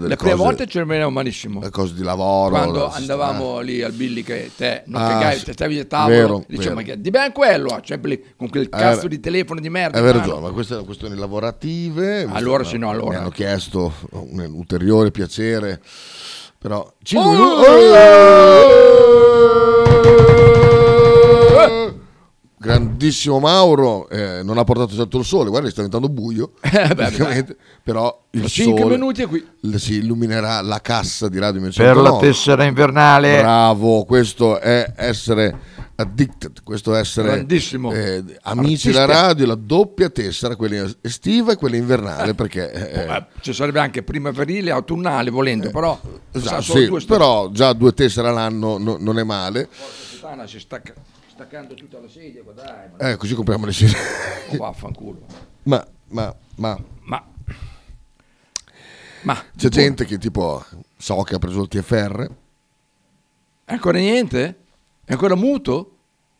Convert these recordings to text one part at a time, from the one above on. delle La prima cose- volta ci rimaniamo malissimo. le cose di lavoro. eh. Quando la- andavamo lì al Billy che te non Ah, pegavi, sì. te stavi a tavolo, Vero, dicevo, vero. Eh, ma che di ben quello, sempre lì, con quel cazzo di telefono di merda. Hai in mano. ragione, ma queste sono questioni lavorative. Allora, Mi- sì, no, allora. Mi hanno chiesto un ulteriore piacere, però... Cinque Oh! minuti- Oh! Grandissimo Mauro, eh, non ha portato certo il sole, guarda, sta diventando buio, Eh, beh, praticamente, però il Fra cinque sole minuti è qui. l- si illuminerà la cassa di Radio 1909. per la tessera Eh. invernale Bravo, questo è essere addicted, questo è essere Grandissimo. eh, amici Artista. della radio, la doppia tessera, quella estiva e quella invernale, perché eh, Eh, ci sarebbe anche primaverile, autunnale volendo, però esatto, sa, solo sì, due sta- però già due tessere all'anno no- non è male. Puttana, si sta ca- staccando tutta la sedia, qua, dai, ma Eh, così compriamo le sere. ma vaffanculo. ma, ma, ma Ma ma c'è gente che tipo so che ha preso il TFR ancora niente? È ancora muto?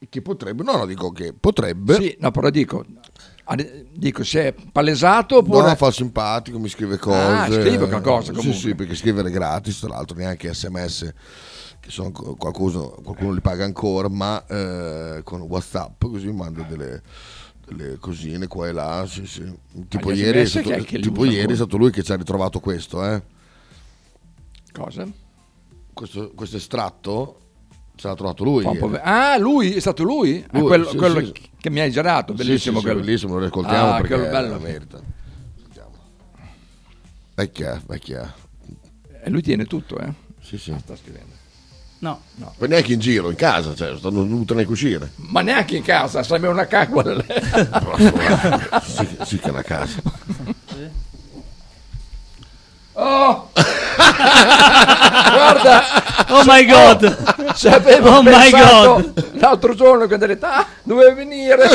che potrebbe, no, no, dico che potrebbe. Sì, no, però dico ade- dico se è palesato oppure No, fa simpatico, mi scrive cose. Ah, scrive qualcosa, Sì, comunque. sì, perché scrivere è gratis, tra l'altro neanche sms, che sono co- qualcosa, qualcuno li paga ancora, ma eh, con Whatsapp così manda delle, delle cosine qua e là. sì, sì. Tipo, gli ieri, è SMS stato, chi è che li tipo usa ieri è ancora? stato lui che ci ha ritrovato questo, eh. cosa? questo, questo estratto ce l'ha trovato lui. Un po' ieri. ve- Ah, lui è stato lui? Ah, eh. Lui, quello sì, quello sì. che- che mi hai girato, Sì, bellissimo sì, sì, quello. bellissimo, lo ascoltiamo Ah, perché quello bello. lo merita. Sentiamo. Vecchia, vecchia. E lui tiene tutto, eh. Sì, sì. Sta scrivendo. No, Poi neanche in giro, in casa, cioè, non dovuto neanche uscire. Ma neanche in casa, sembra una caccola. sì, che- sì che è una casa. Oh! Guarda, oh my god, ci avevo Oh my pensato l'altro giorno quando ho detto, ah, doveva venire.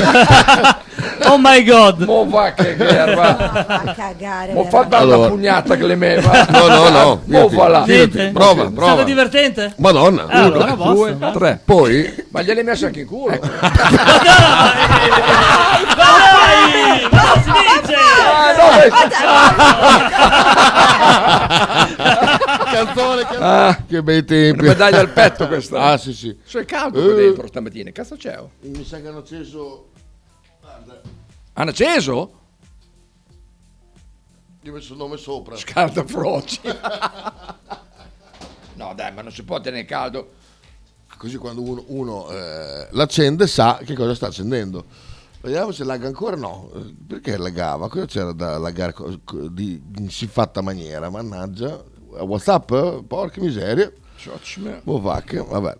oh my god. Mo va che guerra. a é cagare. Mo fa dare Allora. una pugnata che le meva. Oh, No, no, no. Mo fidati, va là. fidati, Niente? Prova, È stato prova. divertente? Madonna. Ah, allora Due, basta. tre. Poi, Ma gliel'hai messo anche in culo. Ecco. Dai, non si dice! Ah, no, ma- canzone, canzone. Ah, che bei tempi. Una medaglia al petto questa. Ah, sì, sì. C'è caldo qua Eh. dentro stamattina. Cazzo c'è? oh? Mi sa che hanno acceso... Hanno acceso? Gli ho messo il nome sopra. Caldo froci. No, dai, ma non si può tenere caldo. Così quando uno, uno, eh, l'accende sa che cosa sta accendendo. Vediamo se lagga ancora no. Eh, Perché laggava? Cosa c'era da laggare co- co- di, in siffatta maniera? Mannaggia. Whatsapp? Porca miseria. Ciocme. Bovac, vabbè.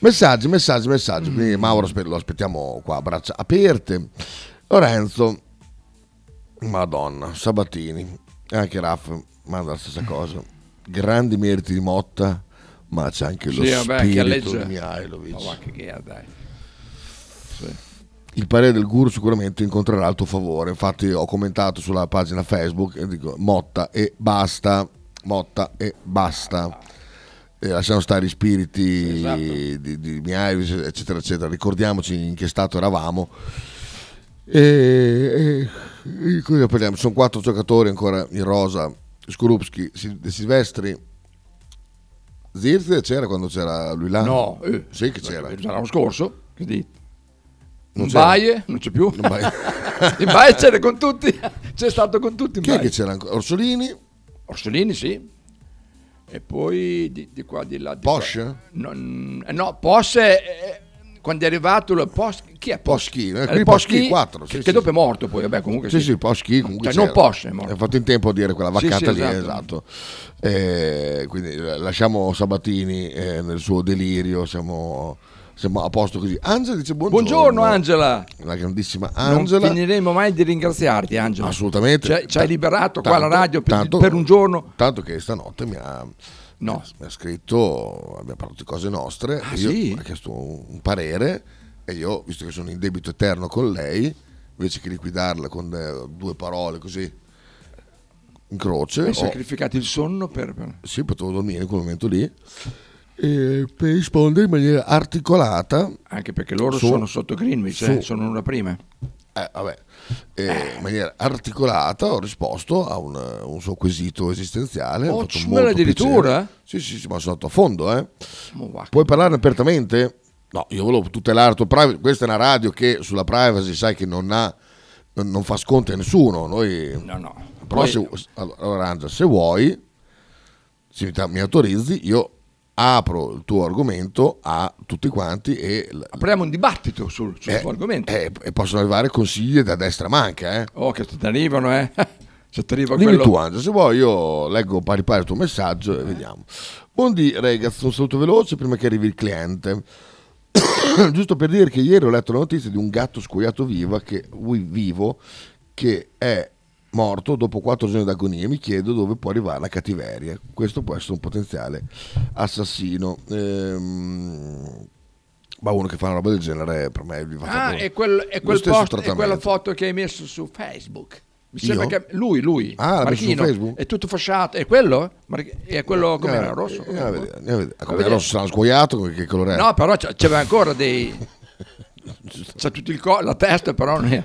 Messaggi, messaggi, messaggi. Mm. Quindi Mauro aspe- lo aspettiamo qua a braccia aperte. Lorenzo, Madonna, Sabatini, e anche Raff manda la stessa cosa. Grandi meriti di Motta, ma c'è anche lo Sì, vabbè, anche a spirito legge. di Ma va Mihailovic. che guerra, dai. Il parere del guru sicuramente incontrerà il tuo favore. Infatti ho commentato sulla pagina Facebook e dico Motta e basta, Motta e basta. E lasciamo stare i spiriti Esatto. di, di Mihailovic, eccetera, eccetera. Ricordiamoci in che stato eravamo. E, e- e cosa parliamo? Ci Sono quattro giocatori ancora in rosa. Skorupski, Si- De Silvestri. Zirze c'era quando c'era lui là? No, eh, Ah, Sì che c'era. l'anno scorso, quindi Non non c'era. baie, non c'è più. Non vai- In baie c'era con tutti, c'è stato con tutti. In Chi è baie. che c'era ancora? Orsolini? Eh Orsolini, sì. E poi di, di qua, di là. Di qua. Porsche? No, mm, no, Porsche, eh, quando è arrivato il Porsche, chi è Poschi, eh, Eh, qui Poschi, Poschi 4, sì, che, sì, che dopo sì. è morto poi, vabbè comunque Sì, sì, Poschi comunque Cioè, non c'era. Porsche è morto. Ha fatto in tempo a dire quella Sì, vaccata sì, lì, esatto. esatto. Eh, quindi eh, lasciamo Sabatini eh, nel suo delirio, siamo, siamo a posto così. Angela dice buongiorno. Buongiorno Angela. La grandissima Angela. Non finiremo mai di ringraziarti Angela. Assolutamente. Cioè, ci hai Ta- liberato qua la tanto- radio per, tanto- per un giorno. Tanto che stanotte mi ha, No. mi ha scritto, abbiamo parlato di cose nostre, Ah, e io sì? mi ha chiesto un, un parere e io, visto che sono in debito eterno con lei, invece che liquidarla con eh, due parole così in croce, Hai ho- sacrificato il sonno per... per- sì, potevo dormire in quel momento lì, e per rispondere in maniera articolata Anche perché loro Su. sono sotto Greenwich, eh, Su. sono una prima. eh, vabbè, eh, in maniera articolata ho risposto a un, eh, un suo quesito esistenziale. mi ha Oh, fatto ci molto vuole addirittura? piacere. Sì, sì, sì, ma sono andato a fondo, eh. Ma va- Puoi parlarne apertamente? No, io volevo tutelare la tua privacy. Questa è una radio che sulla privacy sai che non ha, non non fa sconti a nessuno. Noi No, no. però Poi- se, allora Angela, se vuoi, se mi, ta- mi autorizzi, io apro il tuo argomento a tutti quanti e, l- apriamo un dibattito sul, sul eh, tuo argomento. eh, e possono arrivare consigli da destra manca. Eh. Oh, che ti arrivano, eh. Se ti arriva Dimmi quello... Eh. tu Angela, se vuoi io leggo pari pari il tuo messaggio e vediamo. Buondì ragazzi, un saluto veloce prima che arrivi il cliente. Giusto per dire che ieri ho letto la notizia di un gatto scoiato viva che- ui, vivo che è morto dopo quattro giorni d'agonia. Mi chiedo dove può arrivare la cattiveria. Questo può essere un potenziale assassino. Ehm, ma uno che fa una roba del genere per me gli va Ah, fatto- è quel, è lo quel stesso post, è trattamento. quella foto che hai messo su Facebook. Mi Io? sembra che lui, lui, Ah, l'ha messo su Marchino, Facebook? è tutto fasciato. È quello? Mar- È quello come era, Eh, rosso? eh, andiamo a vedere, andiamo a vedere. Ah, come vedere. era rosso sarà scoiato, come- che colore è? No, però c'è- c'aveva ancora dei... C'è tutto il co- la testa, però non, è-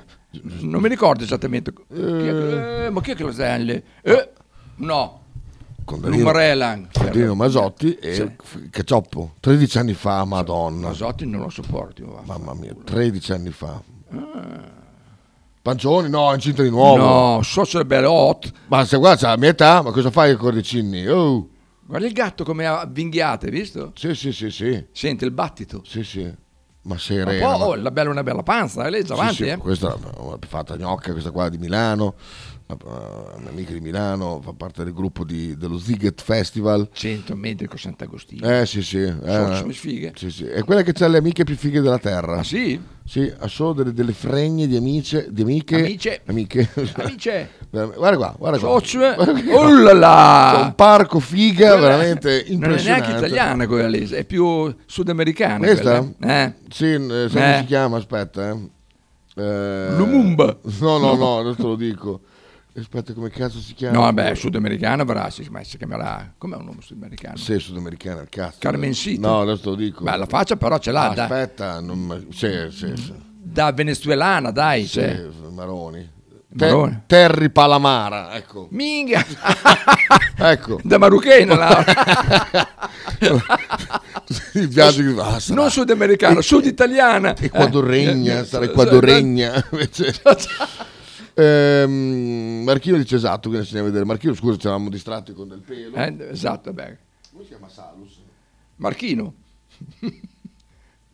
non mi ricordo esattamente. Chi è che- eh, ma chi è che lo sale? Eh, no, Lumarellan. Cardino Masotti e Sì. F- Cacioppo 13 anni fa, madonna Masotti non lo sopporti. ma va. mamma mia 13 anni fa Pancioni no incinta di nuovo No, socio bello hot. ma se guarda c'ha la mia età ma cosa fai con i cordicinni oh. Guarda il gatto come ha vinghiate, hai visto? sì sì sì sì Senti il battito. sì sì ma Ma serena poi, ma- oh, la bella una bella panza, eh, lei Sì, davanti, sì, eh. questa è una fatta gnocca questa qua di Milano una- un'amica di Milano fa parte del gruppo di- dello Ziget Festival 100 metri con Sant'Agostino. eh sì sì Sono- eh, sono sfighe. sì, sì. è quella che ha le amiche più fighe della terra Ah sì? Sì, ha solo delle, delle fregne di amiche. Di amiche. Amiche. Amiche. Amiche, Veramente- guarda qua, guarda qua. Ah, socio, Guarda qui. oh là C'è un là! parco figa, Quella- veramente Non è impressionante. neanche italiana quella lì, è più sudamericana. Questa? quella, eh. Sì, eh, sai come Eh. si chiama? Aspetta, eh. Eh, Lumumba. No, no, no, adesso te lo dico. Aspetta, come cazzo si chiama? No, vabbè, sudamericana avrà, si, ma si chiamerà... Com'è un nome sudamericano? Sì, sudamericana, il cazzo. Carmencito. No, adesso te lo dico. Beh, la faccia però ce l'ha, da, Aspetta, non... me- sì, sì, sì. da venezuelana, dai. Sì, cioè. Maroni. Maroni. Te- Terry Palamara, ecco. Minga! Ecco. da marocchina, Laura. Il viaggio che ah, sarà- non sudamericana, suditaliana. E quando regna, eh, sarà eh, quando eh, regna. Invece... Ehm, Marchino dice esatto, quindi andiamo a vedere. Marchino, scusa, ci eravamo distratti con del pelo. Eh, esatto, beh. Come si chiama Salus? Marchino.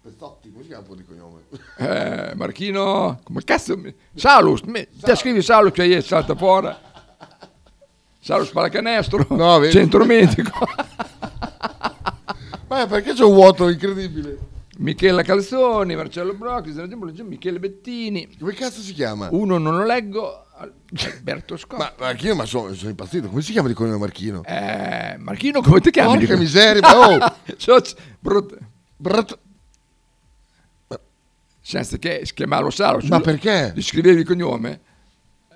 Pezzotti, come si chiama un po' di cognome? Eh, Marchino, come cazzo? mi- Salus, mi- te scrivi Salus che ieri salta fuori. Salus paracanestro, No, vedi. centro medico. Ma perché c'è un vuoto incredibile? Michela Calzoni, Marcello Brocchi, Sergio Bologna, Michele Bettini. Come cazzo si chiama? Uno non lo leggo, cioè, Alberto Scotti. Ma Marchino, ma sono, sono impazzito. Come si chiama di cognome Marchino? Eh, Marchino, come ti chiami? Porca Dico- miseria, ma oh! Soc- brut- Brat- senza che si chiamava Salus. Ma perché? Gli scrivevi il cognome?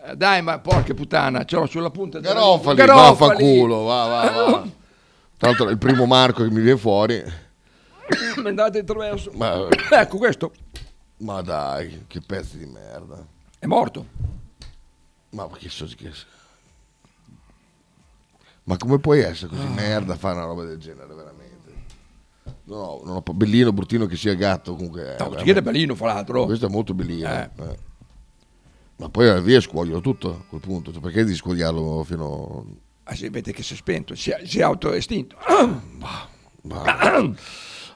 Eh, dai, ma porca puttana, ce l'ho sulla punta della- Garofali, Garofali. vaffanculo, va, va, va. Tra l'altro è il primo Marco che mi viene fuori. Mi andate attraverso. Ma, Ecco, questo ma dai, che pezzi di merda. è morto. Eh, Ma che so che... Ma come puoi essere così merda a fare una roba del genere, veramente? No, non ho, bellino, bruttino che sia gatto, comunque... eh, No, veramente. chi era bellino, fra l'altro. Questo è molto bellino. Eh. eh. Ma poi alla via scuogliono tutto a quel punto. Cioè, perché devi scuogliarlo fino... Ah, sì, vede che si è spento, si è, si è autoestinto. Ma-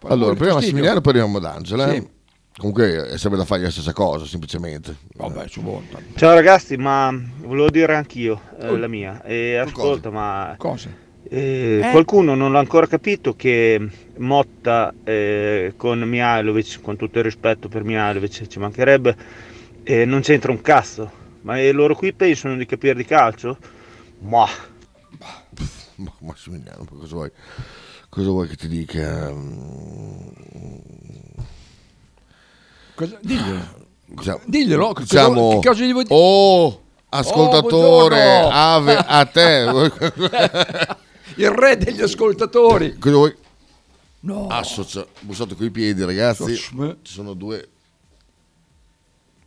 allora, prima Massimiliano, poi arriviamo ad Angela. Sì. Comunque eh, è sempre da fare la stessa cosa, semplicemente. Vabbè, su volta. Ciao ragazzi, ma volevo dire anch'io eh, la mia. E ascolta, ma Cosa? eh, Eh? qualcuno non l'ha ancora capito che Motta eh, con Mihailovic, con tutto il rispetto per Mihailovic, ci mancherebbe, eh, non c'entra un cazzo. Ma eh, loro qui pensano di capire di calcio? Ma Ma- Massimiliano, ma cosa vuoi? Cosa vuoi che ti dica? Mm, Cosa? Diglielo. diciamo- Diglielo, che cosa- diciamo, che cosa gli vuoi dire? Oh, ascoltatore, Oh, buongiorno. ave a te. Il re degli ascoltatori. Ah, cosa vuoi? Ah, No. Associa, bussato coi piedi, ragazzi. Socio- Ci sono due.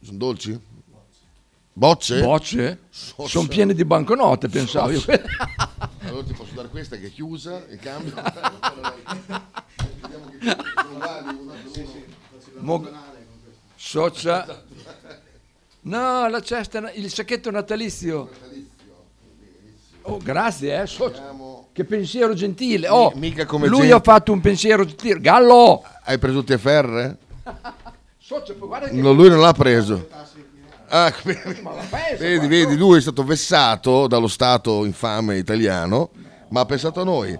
Sono dolci? Bocce? Bocce? Sono piene di banconote, pensavo io. Allora ti posso dare questa che è chiusa, in cambio. Vediamo che non vali, un altro Mo- Socia. No, la cesta, na- il sacchetto natalizio. Oh, grazie, eh, socia. Che pensiero gentile. Oh, Mi- mica come lui gente- Ah. ha fatto un pensiero gentile. Gallo! Hai preso TFR? Socia, poi guarda che... No, lui non l'ha preso. Ah, vedi, Ma la pensa, vedi, guarda. vedi, lui è stato vessato dallo Stato infame italiano, ma ha pensato a noi.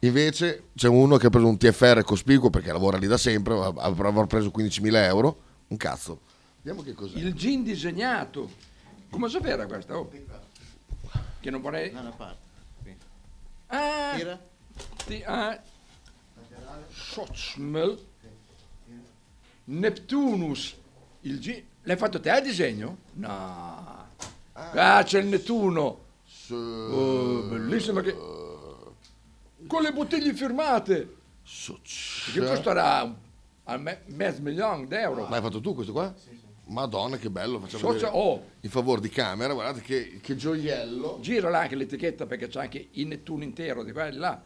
Invece c'è uno che ha preso un TFR cospicuo perché lavora lì da sempre, av- av- avrà preso 15.000 euro. Un cazzo. Vediamo che cos'è. Il gin disegnato. Come sapeva questa? Oh. Che non vorrei... Ah, ti- ah. Sochmel. Neptunus. Il gin... L'hai fatto te il disegno? No. Ah, c'è il Nettuno. Oh, bellissima che... Con le bottiglie firmate. Cioè? Che costerà un- a me- mezzo milione d'euro. Ma hai fatto tu questo qua? Madonna, che bello. Facciamo Socia- vedere. oh, In favore di camera, guardate che, che gioiello. gira là anche l'etichetta perché c'è anche il Nettuno intero di qua e di là.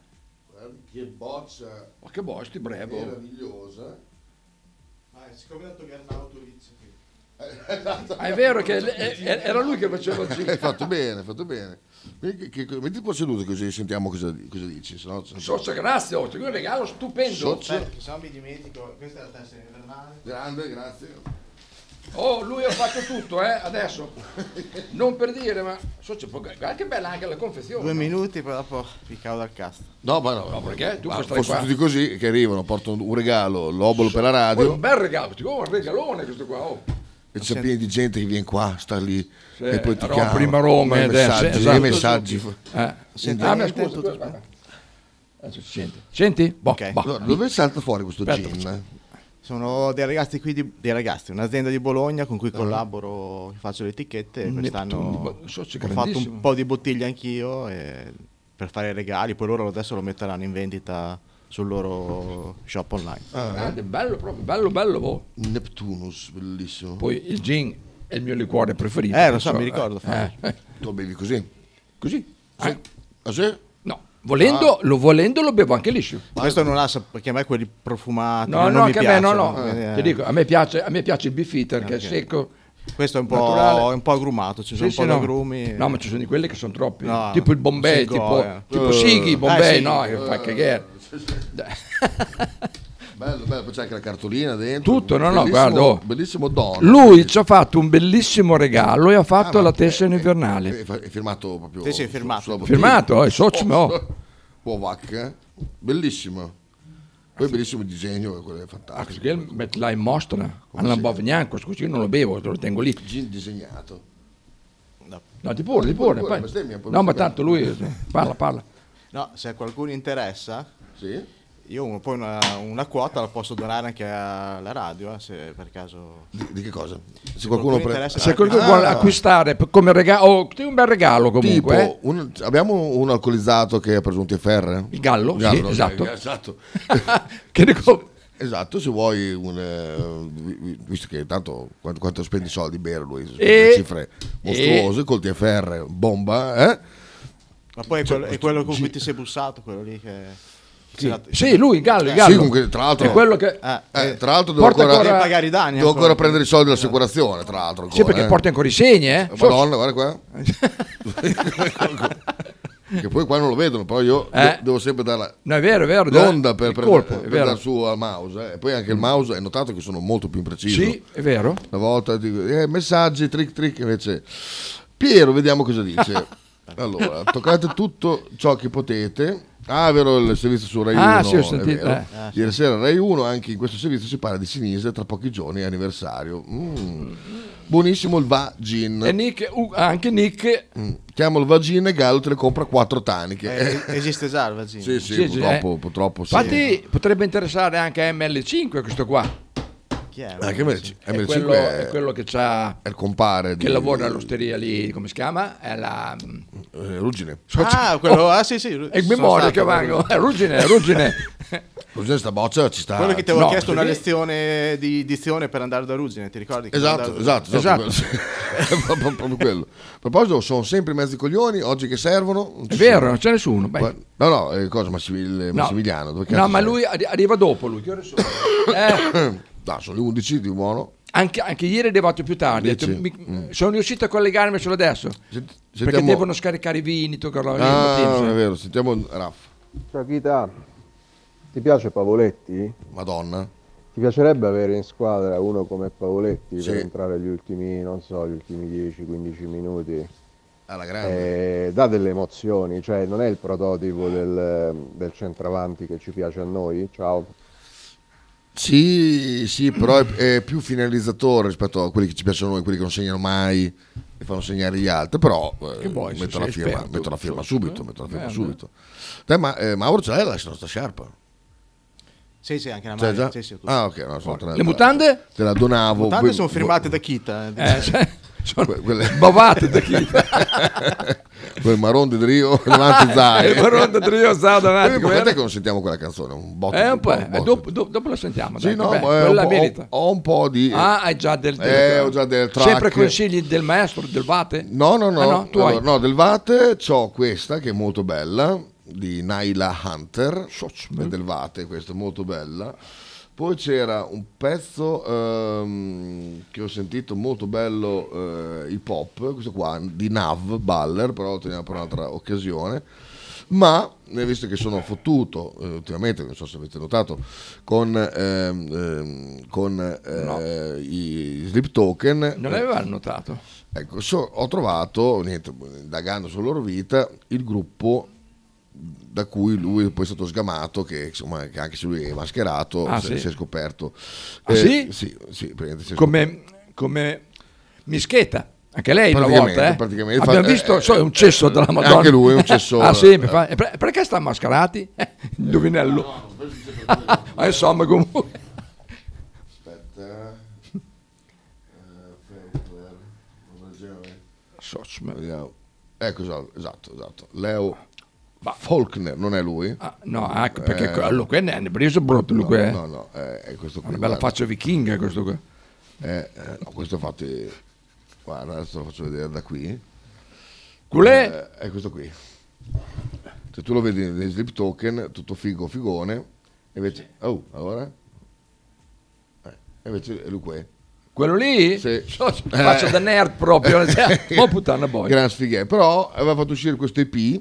Guarda Che boccia Ma che bosti, brevo. meravigliosa. Ah, eh, siccome tanto che hanno autorizzato esatto. Ah, è vero che le- e- e- era lui che faceva il Eh, Hai giro. fatto bene, hai fatto bene. Quindi Che, che, metti qua seduto così sentiamo cosa, cosa dici. sennò- Socia, grazie, oh, un regalo stupendo. Socia. perché se no mi dimentico questa è la testa invernale Grande, grazie. Oh, lui ha fatto tutto, eh, adesso. Non per dire, ma Socia, poi guarda che bella anche la confezione. due minuti poi dopo vi cavo dal cast No, ma no, Ma perché? Tu ma puoi stare fossero qua. Ah, tutti così che arrivano, portano un regalo, l'obolo per la Poi radio un bel regalo, tipo oh, un regalone questo qua, oh. e c'è pieno di gente che viene qua, sta lì Sì, e poi ti ro- chiama. prima Roma, Ma i eh, messaggi, adesso, esatto. i messaggi. Eh. Senti, ah, ma niente, scusa, tutto guarda, guarda. Adesso si sente. Senti? Boh, Ok. boh. Allora, dove salta fuori questo Aspetta, gin? eh? sono dei ragazzi qui di, dei ragazzi un'azienda di Bologna con cui collaboro che faccio le etichette e Neptuno, quest'anno Mm, ma so, c'è ho fatto grandissimo. un po' di bottiglie anch'io e- per fare i regali poi loro adesso lo metteranno in vendita sul loro shop online eh. Grande, bello proprio, bello, bello. boh. Neptunus, bellissimo. Poi il gin è il mio liquore preferito. Eh, lo so, perciò, mi ricordo, eh, eh, Tu lo bevi così? Così. Eh, Ah, sì? no, Ah. volendo lo, volendo lo bevo anche liscio. questo non ha sap- perché a me quelli profumati No, non no, mi anche a me, no, piacciono, no. quindi, eh, Ti dico, a me piace, a me piace il beef eater che è Ok. secco. questo è un po', Naturale. è un po' agrumato ci Sì, sono sì, un po' no. di agrumi No, ma ci sono di quelli che sono troppi. No, tipo il Bombay, si tipo, goia. tipo Sighi, Bombay, eh, sì. no, che fa cagare. Bello, bello, poi c'è anche la cartolina dentro. Tutto, no, no, Bellissimo- guarda, oh. Bellissimo Eh, dono. Lui ci ha fatto un bellissimo regalo e ha fatto Ah, la eh, tessera invernale. È, è firmato proprio. Sì, sì, è firmato. sulla bottiglia. Firmato, eh, oh, socio, no. Wovac, eh? bellissimo. Poi bellissimo il disegno, quello è Ah, fantastico. questo qui met- là in mostra, a Lambovignanco, scusi, io non lo bevo, lo tengo lì. Gin disegnato. No, ti pure, ti pure. pure, poi- bestemmia, poi No, ma bestemmia. tanto lui parla, parla. No, se a qualcuno interessa Sì? io poi una, una quota la posso donare anche alla radio eh, se per caso Di, di che cosa? Se qualcuno qualcuno prende. interessa- Se qualcuno vuole Ah. acquistare p- come regalo, oh, ti un bel regalo Tipo, comunque. eh. un- abbiamo un alcolizzato che ha preso un TFR? Il gallo, sì, eh? Gallo, esatto. eh, esatto. eh. che dico, Esatto, se vuoi, un, eh, vi- vi- visto che tanto quanto, quanto spendi soldi bere lui, spendi E- cifre mostruose, col TFR bomba, eh? Ma poi è quello, è quello con cui ti sei bussato, quello lì che... Sì, sì, lui, il gallo, il gallo. Esatto, Sì, comunque, tra l'altro, È quello che... eh, tra l'altro devo Porta ancora, ancora- Eh, Devi pagare i danni devo ancora ancora. prendere i soldi dell'assicurazione, tra l'altro. Sì, ancora, perché eh. porta ancora i segni, eh. Madonna, guarda qua. che poi qua non lo vedono, però io Eh. de- devo sempre dare la- No, è vero, è vero. l'onda per, il per, colpo, per è vero. Mm. dar su al mouse. eh. E poi anche il mouse, hai notato che sono molto più impreciso. Sì, è vero. Una volta dico, eh, messaggi, trick trick, invece Piero, vediamo cosa dice. allora, toccate tutto ciò che potete. Ah, è vero il servizio su Rai Ah, 1. sì, ho è sentito, vero. eh. Ieri sera Rai 1, anche in questo servizio si parla di Sinise, tra pochi giorni è anniversario. Mm. Buonissimo il va gin. E Nick, uh, anche Nick, Mm. Chiamo il vagin e Gallo te ne compra quattro taniche. Eh, esiste già il vagino. sì, sì, sì, sì, purtroppo, eh. purtroppo sì. infatti potrebbe interessare anche a ML5 questo qua. Chi è? Anche MC, È MC quello, è, è quello che c'ha è il compare che lavora all'osteria lì, come si chiama? È la eh, Ruggine. Ah, quello, ah sì, sì. è in sono memoria stato, che vanno. È ruggine, è ruggine. Ruggine sta boccia ci sta. Quello che ti avevo No, chiesto una perché- lezione di dizione per andare da Ruggine, ti ricordi? che Esatto, andavo- esatto, esatto. È proprio, proprio quello. A proposito, sono sempre i mezzi coglioni, oggi che servono. non È ci vero, non sono. c'è nessuno. beh. Qua- No, no, eh, cosa Massimil- Massimiliano? dove no cazzo ma sei? lui arri- arriva dopo lui. Che ore sono? Eh, No, sono le 11 di buono. anche, anche ieri è arrivato più tardi. ho detto, Dici? mi- Sono riuscito a collegarmi solo adesso. Sent- Perché sentiamo- devono scaricare i vini, toccare la Ah, mattina, non è sai. vero, sentiamo Raff. Ciao Chita, ti piace Pavoletti? Madonna. Ti piacerebbe avere in squadra uno come Pavoletti Sì. per entrare gli ultimi, non so, gli ultimi 10-15 minuti? Alla grande. Eh, dà delle emozioni, cioè non è il prototipo del, del centravanti che ci piace a noi? Ciao. Sì, sì, però è, è più finalizzatore rispetto a quelli che ci piacciono a noi, quelli che non segnano mai e fanno segnare gli altri. Però eh, vuoi, se metto, sei la firma, esperto. metto la firma subito, metto la firma Eh, subito. Te, ma, eh, Mauro ce l'hai la nostra sciarpa? Sì, sì, anche la Cioè, C'è maglia. già? Sì, sì, tutto. ah, ok, no, sono te la- Le mutande? Te la donavo. Tante que- sono firmate da Kita. eh. Eh, cioè, sono que- quelle- bavate da chi? quel Maron di Drio davanti Zai. Eh, Maronda, Trio, Zao, davanti, Eh, ma com'era? guardate che non sentiamo quella canzone, un botto. Eh, un po', eh, un botto. dopo, do- dopo la sentiamo. Sì, dai, no, che ma, eh, bella, ho, un quella po', merita. ho- ho un po' di... Ah, hai già del, del- Eh, ho già del track. Sempre consigli del maestro, del vate? No, no, no, Ah, no, tu Allora, hai. no, del Vate c'ho questa che è molto bella, di Naila Hunter, è del Vate, questa è molto bella. Poi c'era un pezzo ehm, che ho sentito molto bello, eh, hip hop, questo qua, di Nav Baller, però lo teniamo per un'altra occasione. Ma, eh, visto che sono fottuto eh, ultimamente, non so se avete notato, con, ehm, ehm, con eh, i slip token, Non l'aveva notato. Ecco, so- ho trovato, niente, indagando sulla loro vita, il gruppo da cui lui poi è stato sgamato, che insomma, che anche se lui è mascherato, Ah, si, sì? si è scoperto. Eh, Ah, sì? Sì, sì, praticamente si è Come, come Mischeta. Anche lei una Praticamente, volta, eh. praticamente. Abbiamo Fa- visto, eh, so, è un cesso della eh, Madonna. anche lui è un eh. cessore. ah, sì, mi fa- e per- perché sta mascherati? Eh, Indovinello. Ah, insomma, comunque. Aspetta. eh, Socio, Vediamo. Ecco, esatto, esatto, esatto. Leo Faulkner, non è lui? Ah, no, ecco, perché quello qui ne ne ha preso brutto, lui Eh. no, qui, eh. no, no, eh, è questo Ha qui. Una bella guarda. faccia vichinga questo qua. Eh, eh, no, questo infatti, guarda, adesso lo faccio vedere da qui. Culè, Eh, è questo qui. Se tu lo vedi nei slip token, tutto figo, figone, invece... Oh, allora? Eh, invece è lui qua. quello lì? Sì. Eh. So- faccia da nerd proprio. cioè, Ma puttana boia. Gran sfighe. Però aveva fatto uscire questo EP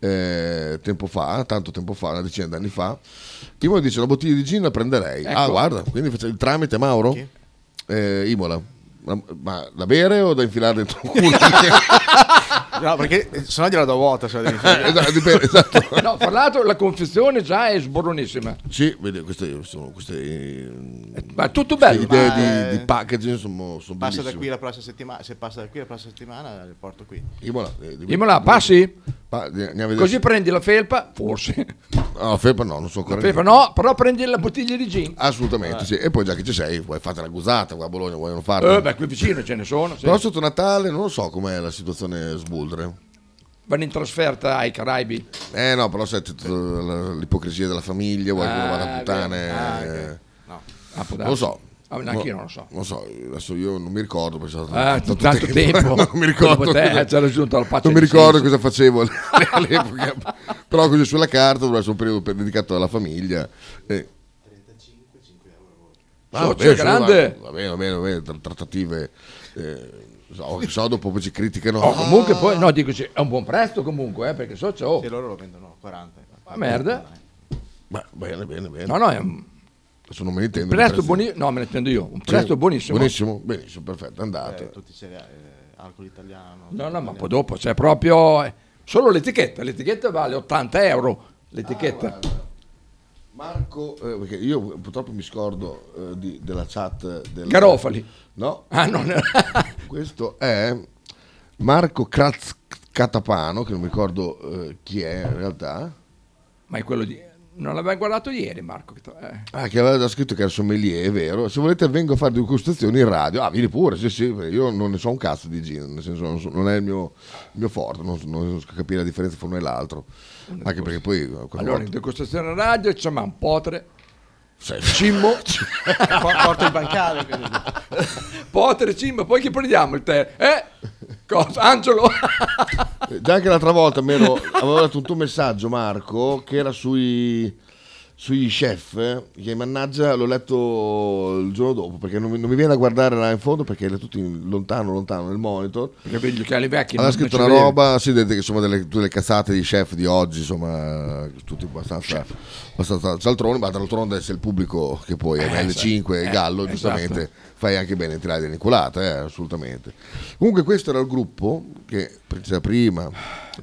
eh, tempo fa, tanto tempo fa, una decina d'anni fa. Imola dice, una bottiglia di gin la prenderei. Ecco. Ah, guarda, quindi faccio il tramite, Mauro? Eh, Imola. Ma, ma da bere o da infilare dentro un culo? No, perché eh, se no gliela do vuota. Se la devi fare. esatto, dipende, esatto. Eh, No, fra l'altro la confezione già è sborronissima. Sì, vedi, queste sono queste eh, Ma è tutto bello. idee ma, di- di, eh, packaging sono, sono Passa da qui bellissime. la prossima settimana. Se passa da qui la prossima settimana, le porto qui. Imola, eh, dimmi- Imola, passi? Pa- andiamo a vedere Così se- prendi la felpa, forse. No, felpa no, non so ancora. La felpa niente. no, però prendi la bottiglia di gin. Assolutamente, sì. E poi già che ci sei, vuoi fate la gusata qua a Bologna, vogliono farla. Eh, beh, qui vicino ce ne sono. sì. Però sotto Natale non lo so com'è la situazione sbuldre. Vanno in trasferta ai Caraibi. Eh no, però sai tutta la- l'ipocrisia della famiglia, vuoi che uno Ah, vada a puttane. vero. Ah, ok. eh, Ah, può Non lo so. Ah, neanche io non lo so. Non so, adesso io non mi ricordo perché è stato Ah, tanto, tanto tempo. Boh. non mi ricordo. Dopo Te, eh, c'è raggiunto la pace Non mi di ricordo senso. cosa facevo all'epoca, però così sulla carta doveva essere un periodo per- dedicato alla famiglia. E... 35-5 euro. Socio, grande. Va bene, va bene, va bene, tra- trattative. eh, so, so, dopo poi ci criticano. Oh, comunque poi, no, dico, sì, è un buon prezzo comunque, eh, perché so c'è... Oh, E loro lo vendono eh, 40. ma merda. Ma bene, bene, bene. No, no, è un Adesso non me ne intendo. prezzo prezzi. buonissimo. No, me ne intendo io. Un prezzo buonissimo. Buonissimo, benissimo, perfetto, andate. Eh, tutti i cereali, eh, alcol italiano. No, no, ma poi dopo c'è proprio... eh, Solo l'etichetta. L'etichetta vale 80 euro. L'etichetta. Marco, eh, perché io purtroppo mi scordo eh, di- della chat. Del... Garofali. No, Ah, no, no. Questo è Marco Kratz Catapano, che non mi ricordo eh, chi è in realtà. ma è quello di... Non l'aveva guardato ieri, Marco. Eh. Ah, che aveva già scritto che era sommelier, è vero. Se volete vengo a fare degustazioni in radio. Ah, vieni pure, sì, sì, io non ne so un cazzo di gin, nel senso non, so- non è il mio, il mio forte, non, non riesco a capire la differenza fra uno e l'altro. Anche perché poi... eh, qualche Allora, in volta- degustazione radio c'è un potre, Sì. cimmo, Porto il bancale. quindi. potre, cimmo, poi che prendiamo il tè? Eh? Cosa? Angelo? Eh, Già anche l'altra volta mi ero- avevo dato un tuo messaggio, Marco, che era sui, sugli chef, eh, che mannaggia l'ho letto il giorno dopo, perché non mi, non mi viene da guardare là in fondo, perché era tutto in- lontano, lontano nel monitor. Perché vedi gli occhiali vecchi. Aveva non- non scritto ci una vedi. roba, si vede che sono delle, tutte le cazzate di chef di oggi, insomma, tutti abbastanza, abbastanza cialtroni, ma d'altronde se il pubblico che poi è l 5 e Gallo, Eh, esatto. giustamente fai anche bene a tirare delle inculate, eh, assolutamente. Comunque questo era il gruppo che c'era prima,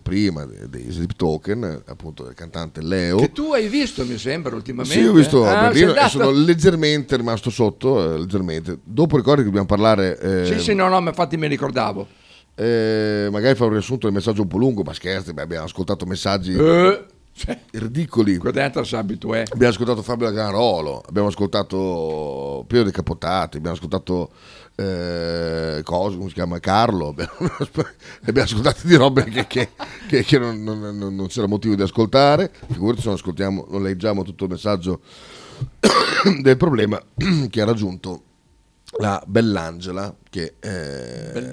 prima de- dei Sleep Token, eh, appunto del cantante Leo. Che tu hai visto, mi sembra, ultimamente. Sì, ho visto Ah, a sei Berlino e andato? sono leggermente rimasto sotto, eh, leggermente. Dopo ricordi che dobbiamo parlare... eh, Sì, sì, no, no, ma infatti mi ricordavo. eh, magari fare un riassunto del messaggio un po' lungo, ma scherzi, beh, abbiamo ascoltato messaggi Eh, cioè, ridicoli. qua dentro si abitua. eh. Abbiamo ascoltato Fabio Garolo, abbiamo ascoltato Piero De Capotati, abbiamo ascoltato eh, cosa, come si chiama? Carlo, abbiamo, abbiamo ascoltato di robe che, che- che- che non, non- non- non c'era motivo di ascoltare, figurati se non ascoltiamo, non leggiamo tutto il messaggio del problema che ha raggiunto la Bellangela che eh,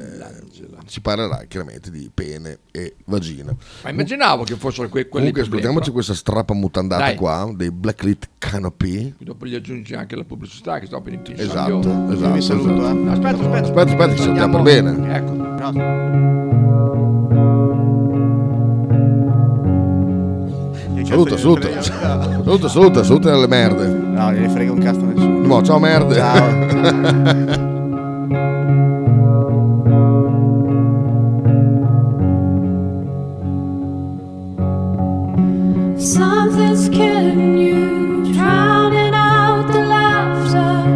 ci parlerà chiaramente di pene e vagina. Ma immaginavo che fossero que- quelli Comunque problemi, ascoltiamoci questa strappa mutandata Dai. qua dei Blacklit Canopy. però Dopo gli aggiungi anche la pubblicità che sto per in Esatto, Io esatto. vi saluto, eh. Aspetta, aspetta. Aspetta, aspetta, che sentiamo per bene. Ecco. Ciao. Che Saluta, cazzo saluta. Cioè, gliene frega? Saluta, saluta, saluta le merde. No, non gliene frega un cazzo a nessuno. No, ciao merde. Ciao. Something's killing you, drowning out the laughter.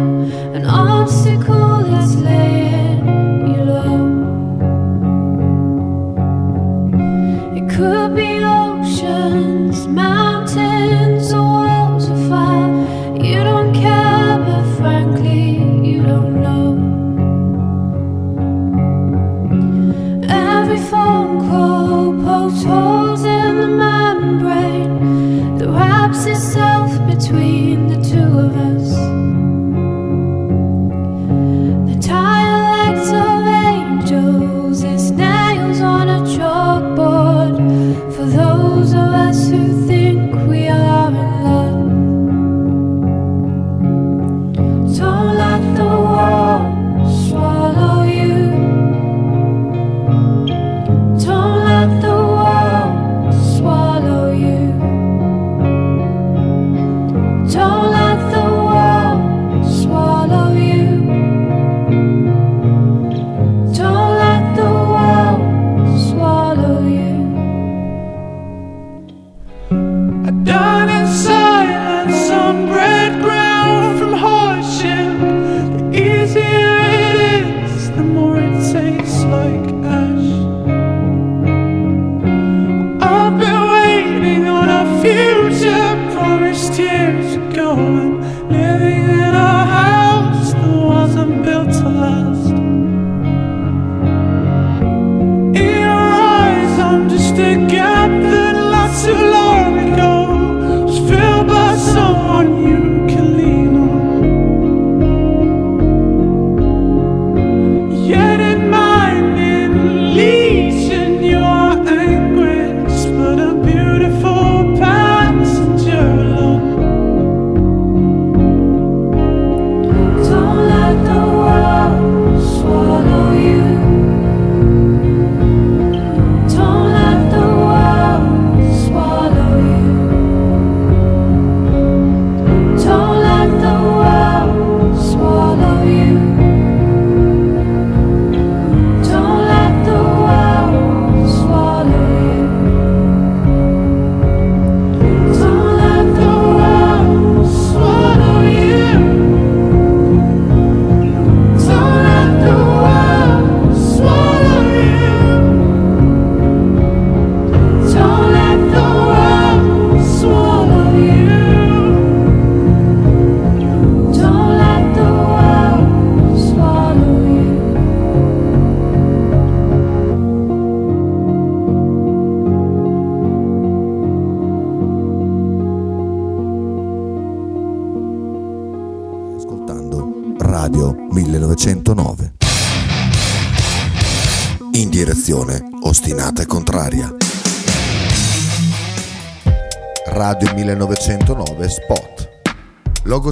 An obstacle is laying you low. It could be oceans, mountains, or walls of fire. You don't care, but frankly, you don't know. Every phone call pokes holes in the membrane that wraps itself between. Radio 1909. In direzione ostinata e contraria. Radio 1909 Spot. Logo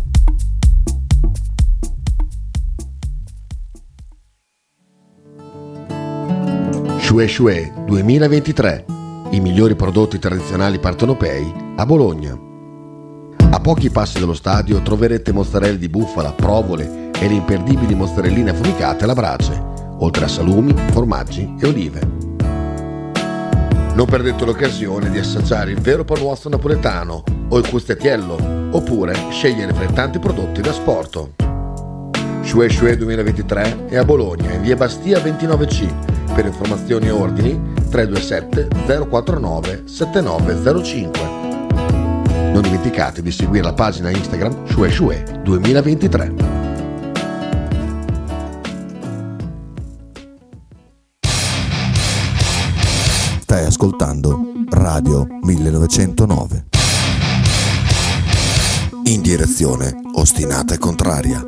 Shue Shue 2023. I migliori prodotti tradizionali partenopei a Bologna. A pochi passi dallo stadio troverete mozzarella di bufala, provole e le imperdibili mozzarelline affumicate alla brace, oltre a salumi, formaggi e olive. Non perdete l'occasione di assaggiare il vero panuozzo napoletano o il custettiello, oppure scegliere fra i tanti prodotti da sporto. Shue Shue 2023 è a Bologna, in via Bastia 29C. Per informazioni e ordini 327 049 7905. Non dimenticate di seguire la pagina Instagram Shue Shue 2023. Stai ascoltando Radio 1909. In direzione ostinata e contraria.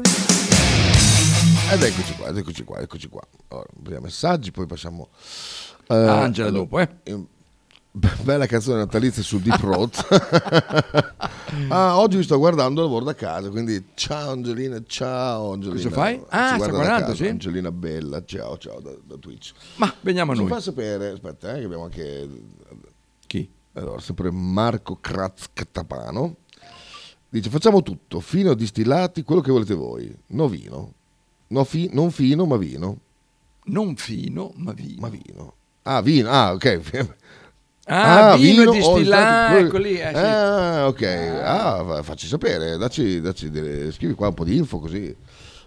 Ed eccoci qua, ed eccoci qua, eccoci qua. Allora, prima messaggi, poi passiamo... eh, Angela dopo, eh. ehm, be- Bella canzone natalizia su Deep Road. ah, oggi mi sto guardando il lavoro da casa, quindi ciao Angelina, ciao Angelina. Cosa fai? Ci Ah, sta guarda da guardando, casa, sì. Angelina bella, ciao, ciao da, da Twitch. Ma veniamo a Ci fa noi. sapere, aspetta, eh, che abbiamo anche Chi? allora, sempre Marco Craz Catapano. Dice: Facciamo tutto, fino a distillati, quello che volete voi. No vino. No fi- non fino, ma vino. Non fino, ma vino. Ma vino. Ah, vino. Ah, ok. Ah, vino, o distillato, oh, infatti, ecco lì, eh, sì. Ah, ok. Ah, fa- facci sapere. Dacci, dacci delle- scrivi qua un po' di info così.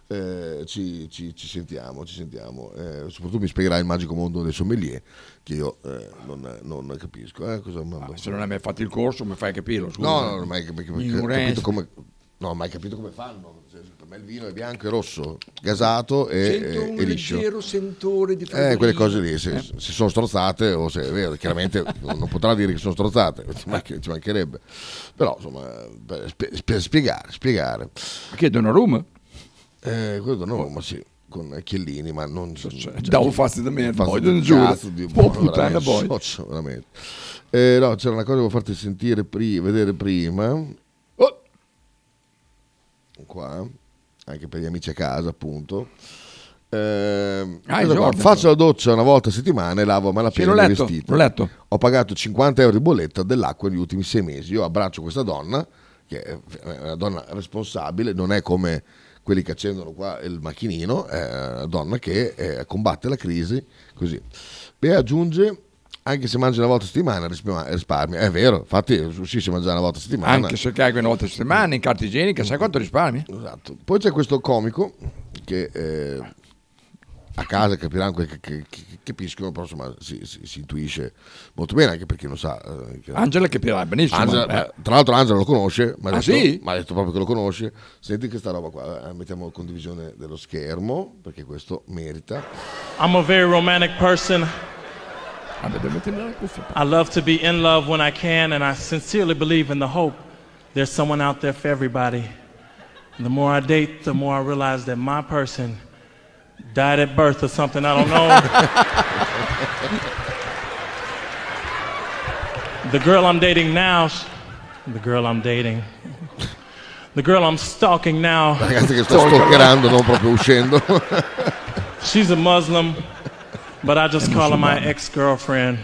eh, ci, ci- ci sentiamo, ci sentiamo. Eh, soprattutto mi spiegherai il magico mondo del sommelier che io eh, non, non capisco. Eh, cosa, Se non hai mai fatto il corso, mi fai capirlo, Ah, scusa. No, no, non ho mai cap- cap- capito Ignoranza. come, no, ho mai capito come fanno. Cioè, Per me il vino è bianco e rosso, gasato e, Sento un e- e liscio. leggero sentore di Eh, fragolino. quelle cose lì, Eh. se, se sono strozzate o se è vero, chiaramente non potrà dire che sono strozzate, ci manch- ci mancherebbe. Però, insomma, per spie- spie- spiegare, spiegare. Che Donnarumma? Eh, quello no, ma sì, con Chiellini, ma non... Cioè, da un fazzo da merda, fazzo poi di non giuro. cazzo, di- Oh, no, puttana, veramente, poi. socio, veramente. Eh, no, c'era una cosa che volevo farti sentire, pri- vedere prima. Oh, qua, anche per gli amici a casa, appunto. Ehm, Ah, cosa qua? Jordan. faccio la doccia una volta a settimana e lavo a malapena Sì, l'ho i miei letto, vestiti. l'ho letto. Ho pagato 50 euro di bolletta dell'acqua negli ultimi sei mesi. Io abbraccio questa donna, che è una donna responsabile, non è come quelli che accendono qua il macchinino, è una donna che eh, combatte la crisi, così. E aggiunge... Anche se mangi una volta a settimana risparmi- risparmia, è vero, infatti sì, si mangia una volta a settimana. Anche se caghi una volta a settimana in carta igienica, sai quanto risparmi? Esatto. Poi c'è questo comico che eh, a casa capiranno quel che, che, che capiscono, però insomma si, si- si intuisce molto bene, anche perché non sa. eh, che- Angela capirà benissimo. Angela- eh. beh, Cioè, tra l'altro Angela lo conosce, ma ha Ah, detto, sì? m'ha detto proprio che lo conosce. Senti questa roba qua, eh, mettiamo condivisione dello schermo, perché questo merita. I'm a very romantic person. Vabbè, ah, devo mettermi la cuffia. I love to be in love when I can, and I sincerely believe in the hope there's someone out there for everybody. The more I date, the more I realize that my person died at birth or something, I don't know. the girl I'm dating now, sh- the girl I'm dating, the girl I'm stalking now, Ragazzi che sto stalkerando, non proprio uscendo. She's a Muslim. but I just Eh, call her my musulmana. ex girlfriend.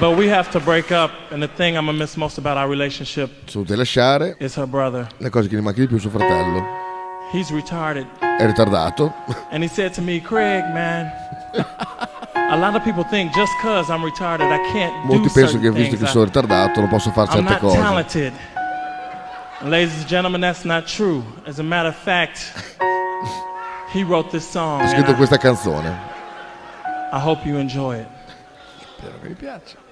but we have to break up, and the thing I'm gonna miss most about our relationship Salute lasciare is her brother. le cose che gli manca di più suo fratello. He's retarded. È ritardato. And he said to me, Craig, man, a lot of people think just because I'm retarded, I can't do Molti pensano che certain visto things. che I- sono Esatto. ritardato non posso fare I'm certe not cose. talented. Ladies and gentlemen, that's not true. As a matter of fact, he wrote this song. Ha and scritto I- questa canzone. I hope you enjoy it. Mi piace.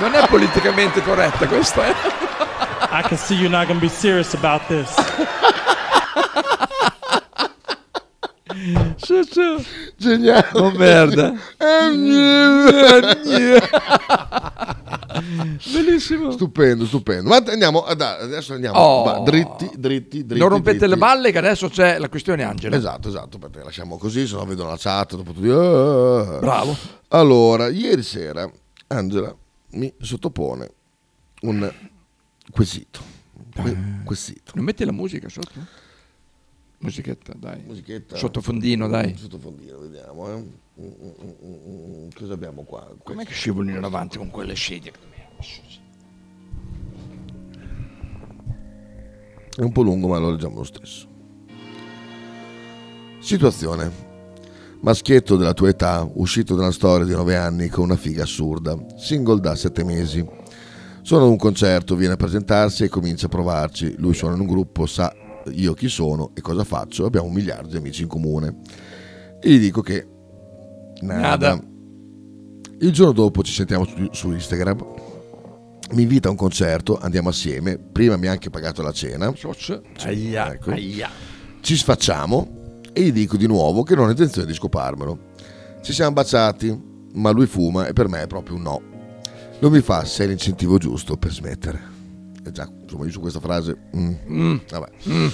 Non è politicamente corretta questa. eh? I can see you're not gonna be serious about this. Geniale. Oh, merda. Eh, Bellissimo. Stupendo, stupendo. Ma andiamo, ad- adesso andiamo Oh. va, dritti, dritti, dritti. non rompete dritti. le balle che adesso c'è la questione Angela. Esatto, esatto, perché lasciamo così, se no vedono la chat, dopo tutti... eh. Bravo. Allora, ieri sera Angela mi sottopone un quesito. Que- quesito. Non metti la musica sotto? Musichetta, dai. Musichetta. Sottofondino, dai. Sottofondino, vediamo. eh. Mm, mm, mm, mm, mm. Cosa abbiamo qua? Com'è che scivolino in avanti con quelle sceglie? È un po' lungo, ma lo leggiamo lo stesso. Situazione. Maschietto della tua età, uscito da una storia di 9 anni con una figa assurda, single da 7 mesi. Sono ad un concerto, viene a presentarsi e comincia a provarci. Lui suona in un gruppo, sa io chi sono e cosa faccio, abbiamo un miliardo di amici in comune. E gli dico che... Nada. nada. Il giorno dopo ci sentiamo su- su Instagram. Mi invita a un concerto, andiamo assieme. Prima mi ha anche pagato la cena. Aia, Ecco. aia. Ci sfacciamo e gli dico di nuovo che non ho intenzione di scoparmelo. Ci siamo baciati, ma lui fuma e per me è proprio un no. Lui mi fa sei l'incentivo giusto per smettere. E già, insomma, io su questa frase. mm, Mm. vabbè. Mm.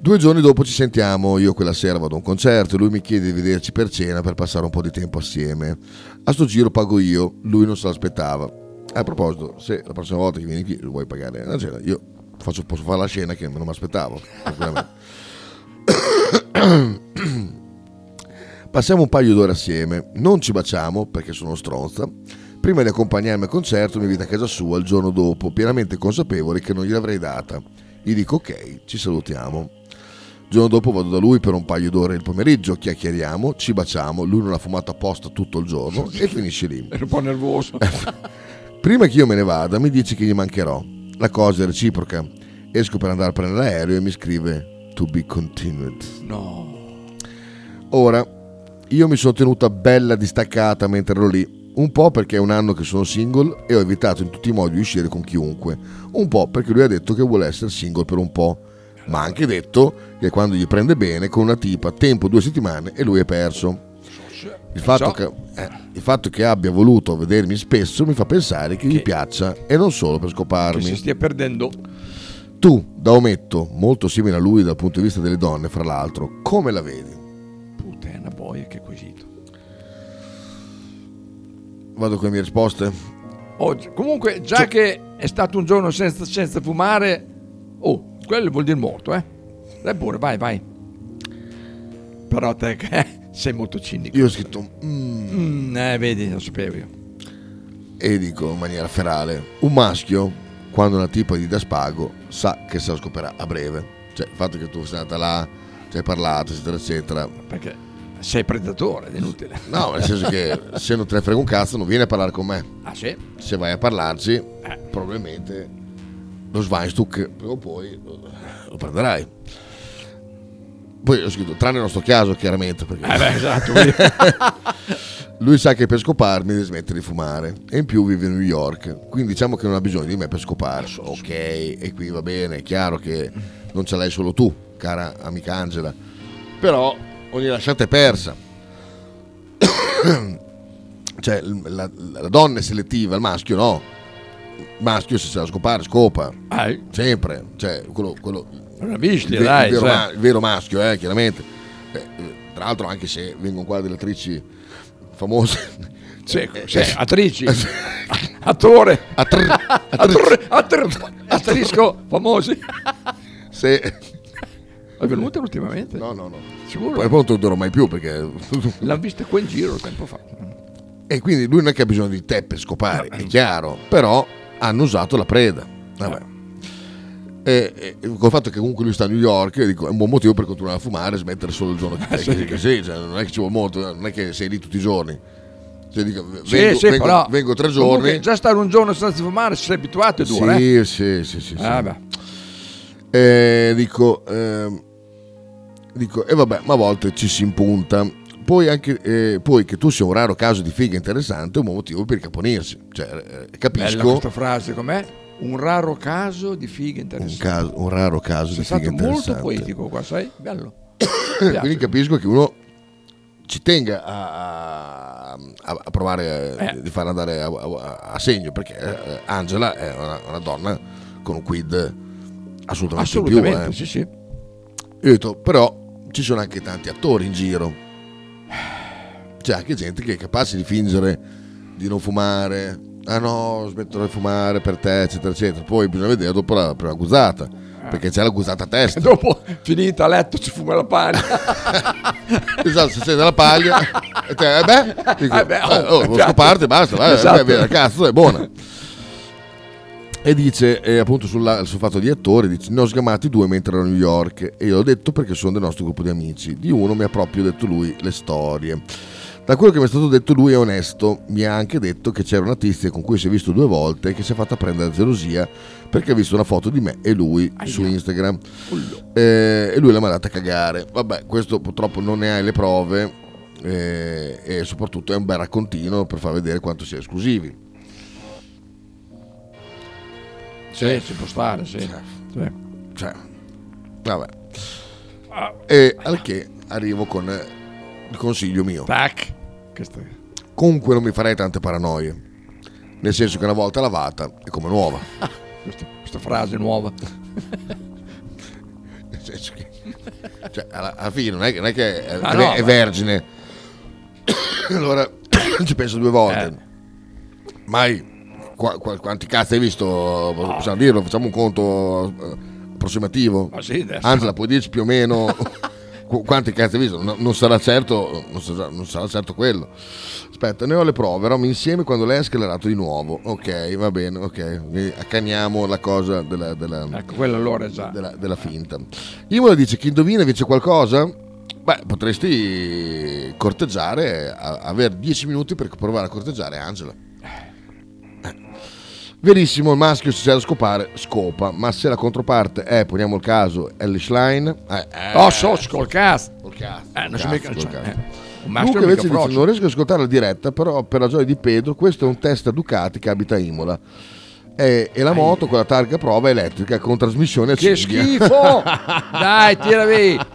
Due giorni dopo ci sentiamo, io quella sera vado a un concerto e lui mi chiede di vederci per cena per passare un po' di tempo assieme. A sto giro pago io, lui non se l'aspettava. A proposito, se la prossima volta che vieni qui vuoi pagare la cena, io faccio- posso fare la scena che non mi aspettavo. Passiamo un paio d'ore assieme, non ci baciamo perché sono stronza. Prima di accompagnarmi al concerto mi invita a casa sua il giorno dopo, pienamente consapevole che non gliel'avrei data. Gli dico ok, ci salutiamo. Il giorno dopo vado da lui per un paio d'ore il pomeriggio, chiacchieriamo, ci baciamo, lui non ha fumato apposta tutto il giorno e finisce lì. Ero un po' nervoso. Prima che io me ne vada, mi dice che gli mancherò. La cosa è reciproca. Esco per andare a prendere l'aereo e mi scrive To be continued. No. Ora, io mi sono tenuta bella distaccata mentre ero lì. Un po' perché è un anno che sono single e ho evitato in tutti i modi di uscire con chiunque. Un po' perché lui ha detto che vuole essere single per un po'. Ma ha anche detto che quando gli prende bene con una tipa, tempo due settimane e lui è perso. Il fatto, So. che, eh, il fatto che abbia voluto vedermi spesso mi fa pensare che, gli piaccia e non solo per Che scoparmi. si stia perdendo. Tu, da ometto, molto simile a lui dal punto di vista delle donne, fra l'altro, come la vedi? Puttana boia, che quesito. Vado con le mie risposte? Oggi. Comunque, già che è stato un giorno senza, senza fumare, oh, quello vuol dire morto, eh. Dai pure, vai, vai. Però te che sei molto cinico. Io ho scritto Mm, eh, vedi, lo sapevo io. e dico in maniera ferale, un maschio, quando una tipa gli dà spago, sa che se la scoprirà a breve. Cioè, il fatto che tu sei andata là, ci hai parlato, eccetera, eccetera. Perché sei predatore, è inutile. No, nel senso che se non te ne frega un cazzo, non vieni a parlare con me. Ah, sì? Se vai a parlarci, probabilmente lo Schweinstuck prima o poi lo lo prenderai. Poi ho scritto, tranne il nostro caso, chiaramente. Perché... Eh beh, esatto, quindi- Lui sa che per scoparmi deve smettere di fumare e in più vive a New York, quindi diciamo che non ha bisogno di me per scopare. Ok, e qui va bene, è chiaro che non ce l'hai solo tu, cara amica Angela, però ogni lasciata è persa. cioè, la, la- la donna è selettiva, il maschio no. Il maschio se sa scopare, scopa. Sempre. Cioè, quello... quello Non la visti, il, ve- dai, il vero cioè. ma- il vero maschio, eh, chiaramente. Eh, eh, Tra l'altro, anche se vengono qua delle attrici famose. Sì, sì, attrici. Attore. Attore. Attore. Attrisco. Famosi. Se... È venuta ultimamente? No, no, no. Sicuro? Poi poi non tornerò mai più perché... L'ha vista qua in giro tempo fa. E quindi lui non è che ha bisogno di te per scopare, eh. è chiaro. Però hanno usato la preda. Vabbè. E, e col fatto che comunque lui sta a New York, io dico, è un buon motivo per continuare a fumare e smettere solo il giorno che Ah, sì. sì, sì, cioè, non è che ci vuole molto, non è che sei lì tutti i giorni. Cioè, dico, vengo, Sì, sì, vengo- però- vengo tre Comunque, giorni. già stare un giorno senza fumare, si sei abituato tu, Sì, eh? sì, sì, sì, sì. Ah, beh. Eh, dico, ehm, dico, e vabbè, ma a volte ci si impunta. Poi, anche, eh, poi che tu sia un raro caso di figa interessante è un buon motivo per caponirsi. Cioè, eh, Bella capisco questa frase, com'è? Un raro caso di figa interessante. un, caso- un raro caso Sei di figa stato molto interessante. poetico qua, sai? Bello. Quindi capisco che uno ci tenga a, a- a provare eh, Eh. di far andare a, a- a segno perché eh, Angela è una, una donna con un quid assolutamente, in Assolutamente, più. eh. sì, sì. Io ho detto, però ci sono anche tanti attori in giro. C'è anche gente che è capace di fingere di non fumare. Ah no, smetterò di fumare per te, eccetera, eccetera. Poi bisogna vedere dopo la prima guzzata. Perché c'è la guzzata a testa. Dopo, finita a letto, ci fuma la paglia. esatto, se sei della paglia. e te, eh beh, dico, Eh beh, oh, eh, oh, devo esatto. scoparti, basta, vai, Esatto. vai, via, cazzo, è buona. E dice eh, appunto sulla- sul fatto di attori, dice ne ho sgamati due mentre ero a New York e io ho detto perché sono del nostro gruppo di amici, di uno mi ha proprio detto lui le storie. Da quello che mi è stato detto lui è onesto, mi ha anche detto che c'era una tizia con cui si è visto due volte e che si è fatta prendere da gelosia perché ha visto una foto di me e lui su Instagram Eh, e lui l'ha mandata a cagare. Vabbè, questo purtroppo non ne hai le prove eh, e soprattutto è un bel raccontino per far vedere quanto si è esclusivi. Sì, ci può stare, sì. Sì. Cioè, vabbè. Ah, E al che arrivo con eh, il consiglio mio. Tac. Questo è- Comunque non mi farei tante paranoie. Nel senso che una volta lavata è come nuova. Questa, questa frase nuova. Nel senso che- cioè, alla, alla fine non è che, non è, che è, Ah, è- no, è ma- vergine. allora ci penso due volte. Eh. Mai. Qua- qua- quanti cazzo hai visto? Possiamo dirlo, facciamo un conto eh, approssimativo. Ma Ah, sì, adesso. Angela, puoi dirci più o meno qu- quanti cazzo hai visto? No- non, sarà certo, non, sarà, non sarà certo quello. Aspetta, ne ho le prove, eravamo insieme quando lei ha sclerato di nuovo. Ok, va bene, ok. Quindi Accaniamo la cosa della... della Ecco, quella allora è già. della, della finta. Imola dice: Chi indovina vince qualcosa? Beh, potresti corteggiare, a- avere 10 minuti per provare a corteggiare Angela. Eh. Verissimo, il maschio se c'è da scopare, scopa, ma se la controparte è, poniamo il caso, Ellie Schlein. Eh, eh, Oh, sos, col cazzo. Col cazzo. Eh, non col so mica... cazzo, Cioè, col eh, cazzo. un maschio Luca mica invece dice, frocio. non riesco ad ascoltare la diretta, però per la gioia di Pedro, questo è un testa Ducati che abita a Imola. Eh, E, e la moto con la targa prova elettrica con trasmissione a Che cinghia. schifo! Dai, tira via.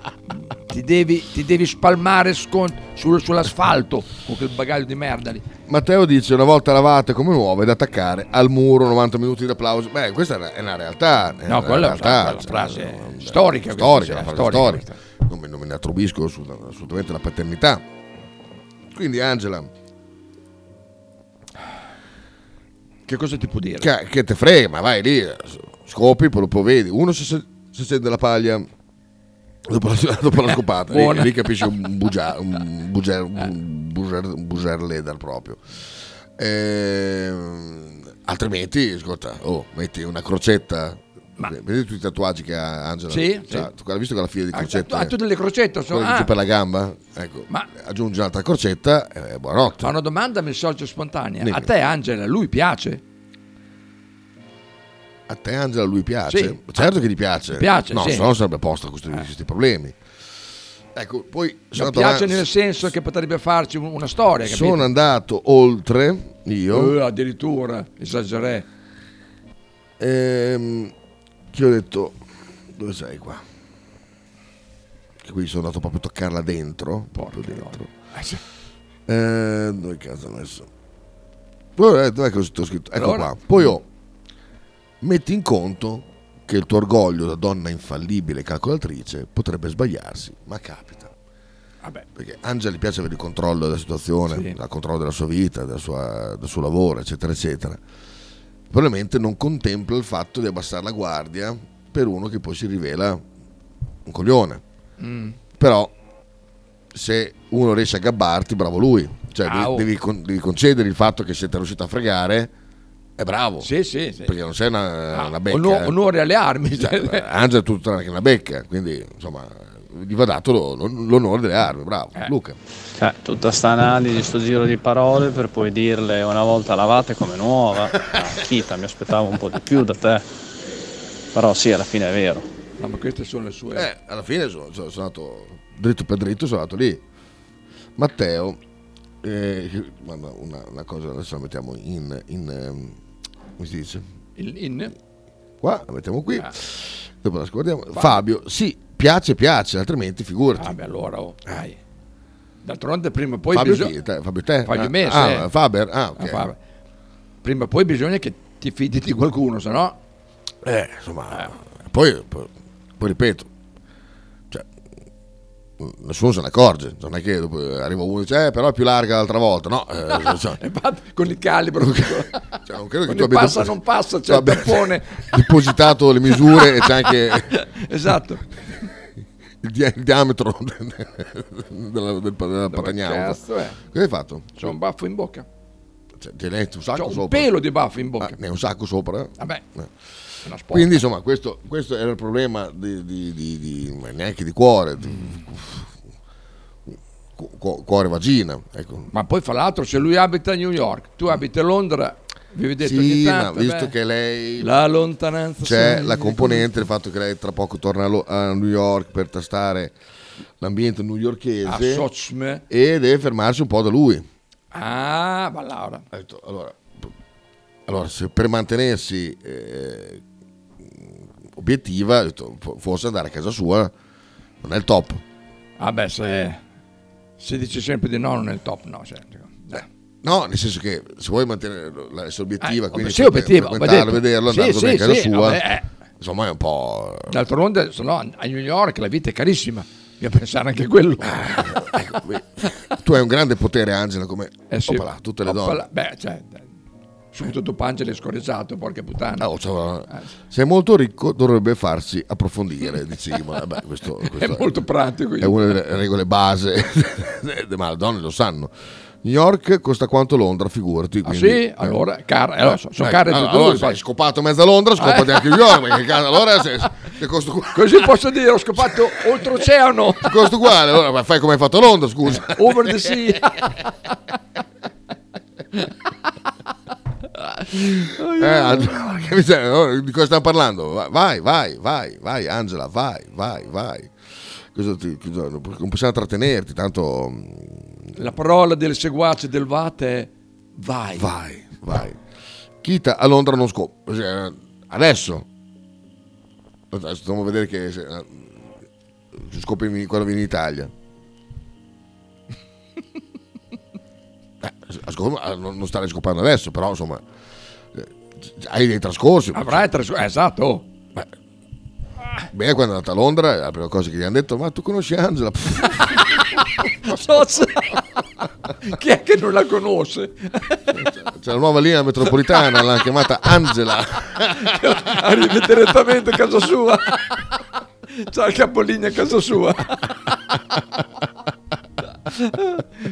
Ti devi, ti devi spalmare scon- sul- sull'asfalto con quel bagaglio di merda lì. Matteo dice una volta lavate come nuove da attaccare al muro 90 minuti di applauso. Beh, questa è una, è una realtà. è No, una quella è realtà, una- quella cioè, frase una- storica, storica, questa, una cioè, frase storica storica. Non, me- non me ne attrubisco assolut- assolutamente la paternità. Quindi, Angela, Che cosa ti può dire? che, che te frega, ma vai lì, scopi, poi lo poi vedi. Uno se, se, se c'è della paglia dopo la, dopo la scopata, lì, Buona. Eh. lì capisci un bugia, un buger, un buger, un buger leader proprio. Ehm, altrimenti, ascolta, oh, metti una crocetta. Vedi tutti i tatuaggi che ha Angela? Sì, Cioè, sì. tu hai visto quella fila di Ah, tu- crocette? ah, tutte le crocette sono- Quella di giù ah. per la gamba? Ecco, Ma- aggiungi un'altra crocetta e buonanotte. Fa una domanda mi sorge spontanea. Dimmi. A te, Angela, lui piace? A te Angela lui piace? Sì. Certo che gli piace. Piace, No, sì. se no sarebbe a posto questi, questi problemi. Ecco, poi sono Mi andato, piace avanti- nel senso che potrebbe farci un- una storia, capito? sono andato oltre io. Eh, addirittura, esagerè. Ehm, che ho detto, dove sei qua? Che qui sono andato proprio a toccarla dentro. Proprio dentro. Eh, dove cazzo ho messo? Poi ho detto, ecco, ho scritto, ecco Allora? qua. Poi ho, metti in conto che il tuo orgoglio da donna infallibile e calcolatrice potrebbe sbagliarsi, ma capita. Perché Angela gli piace avere il controllo della situazione, il controllo della sua vita, della sua- del suo lavoro, eccetera, eccetera. Probabilmente non contempla il fatto di abbassare la guardia per uno che poi si rivela un coglione. Mm. Però se uno riesce a gabbarti, bravo lui. Cioè, devi- Bravo. Devi, con- devi concedere il fatto che siete riusciti a fregare, è bravo. Sì, Ah, sì, sì. Perché non sei una, una becca. eh. ono- onore alle armi. Cioè, Angela è tutto tranne che una becca, quindi insomma gli va dato lo- lo- l'onore delle armi, bravo. Eh. Luca. Cioè, tutta sta analisi, sto giro di parole per poi dirle una volta lavate come nuova. Ah, Chita, mi aspettavo un po' di più da te. Però sì, alla fine è vero. No, ma queste sono le sue. Eh, alla fine sono, sono- sono andato dritto per dritto, sono andato lì. Matteo, eh, guarda, una, una cosa adesso la mettiamo in, in, ehm, come si dice? Il- in- Qua, la mettiamo qui. Dopo la scordiamo. Fabio. Fabio. sì, piace, piace, altrimenti figurati. Ah, beh, allora, oh, dai. D'altronde prima o poi Fabio bisogna... chi? Te- Fabio te? Fabio Ah, me, ah, sì. Faber, ah, ok. Faber. Prima o poi bisogna che ti fidi di qualcuno, se no... Eh, insomma, poi, poi- poi ripeto, cioè, nessuno se ne accorge, non è che dopo arriva uno e dice, eh, però è più larga l'altra volta, no? eh, cioè, Infatti, con il calibro... Cioè, non credo che Quando certo tu abbia passa, depo- non passa, tu c'è il abbia tappone. depositato le misure e c'è anche Esatto. il, dia- il diametro della, del, della patagnata. cazzo è? Cosa hai fatto? C'ho un baffo in bocca. Cioè, ti hai letto un sacco C'ho un sopra? pelo di baffo in bocca. Ah, ne hai un sacco sopra? Vabbè, Eh. una sporca. Quindi insomma questo, questo era il problema di, di- di- di- ma neanche di cuore, di- Mm. cu- cu- cuore-vagina. Ecco. Ma poi fra l'altro se lui abita a New York, tu abiti a Londra, vi vedete ogni Sì, ma tanto... visto beh, che lei... La lontananza... C'è Certo, sai- la componente del fatto che lei tra poco torna a Lo- a New York per tastare l'ambiente Ah, newyorkese Sochme. e deve fermarsi un po' da lui. Ah, ma Laura. allora, Allora, se per mantenersi eh, obiettiva, ho detto, fo- forse andare a casa sua non è il top. Ah beh, se, se dice sempre di no non è il top, no. cioè, dico, dai. No, nel senso che se vuoi mantenere la- essere obiettiva, Eh, quindi sì, obiettiva, frequentarlo, ho detto. vederlo, Sì, andare sì, domani a casa sì, sua, vabbè, eh. insomma è un po'... D'altronde, se no, a New York la vita è carissima, bisogna pensare anche a quello. Eh, Tu hai un grande potere, Angela, come Eh sì. Oppala, tutte le Oppala, donne. Beh, cioè, dai, subito dopo Angela è scorreggiato, porca puttana. Oh, cioè, se è molto ricco dovrebbe farsi approfondire, diciamo. Eh beh, questo, questo molto pratico. È una delle regole base, ma le donne lo sanno. New York costa quanto Londra, figurati. Ah, quindi- Eh, sì? Allora, cara- allora, so- sono care allora, tutte e due, allora, se poi. hai scopato mezza Londra, scopati Eh. anche New York, perché cazzo, allora se, se costa uguale- Così posso dire, ho scopato oltreoceano. costa uguale, allora ma fai come hai fatto a Londra, scusa. Over the sea. Eh, allora, che miseria, allora, di cosa stiamo parlando? Va- Vai, vai, vai, vai, Angela, vai, vai, vai. Cosa ti- cosa- non possiamo trattenerti, tanto mm, La parola del seguace del Vate è vai. vai, vai. Chita a Londra non scopo. cioè, adesso. Adesso dobbiamo vedere che se, eh, se scopri in- quando vieni in Italia. Eh, a scop- a non non stare scopando adesso, però insomma, eh, hai dei trascorsi. Avrai tre scu- eh, Esatto. oh. Beh, quando è andata a Londra, la prima cosa che gli hanno detto, ma tu conosci Angela? Pff, Socia. Chi è che non la conosce? C'è la nuova linea metropolitana, l'hanno chiamata Angela. Arrivi direttamente a casa sua. C'ha il capolinea a casa sua.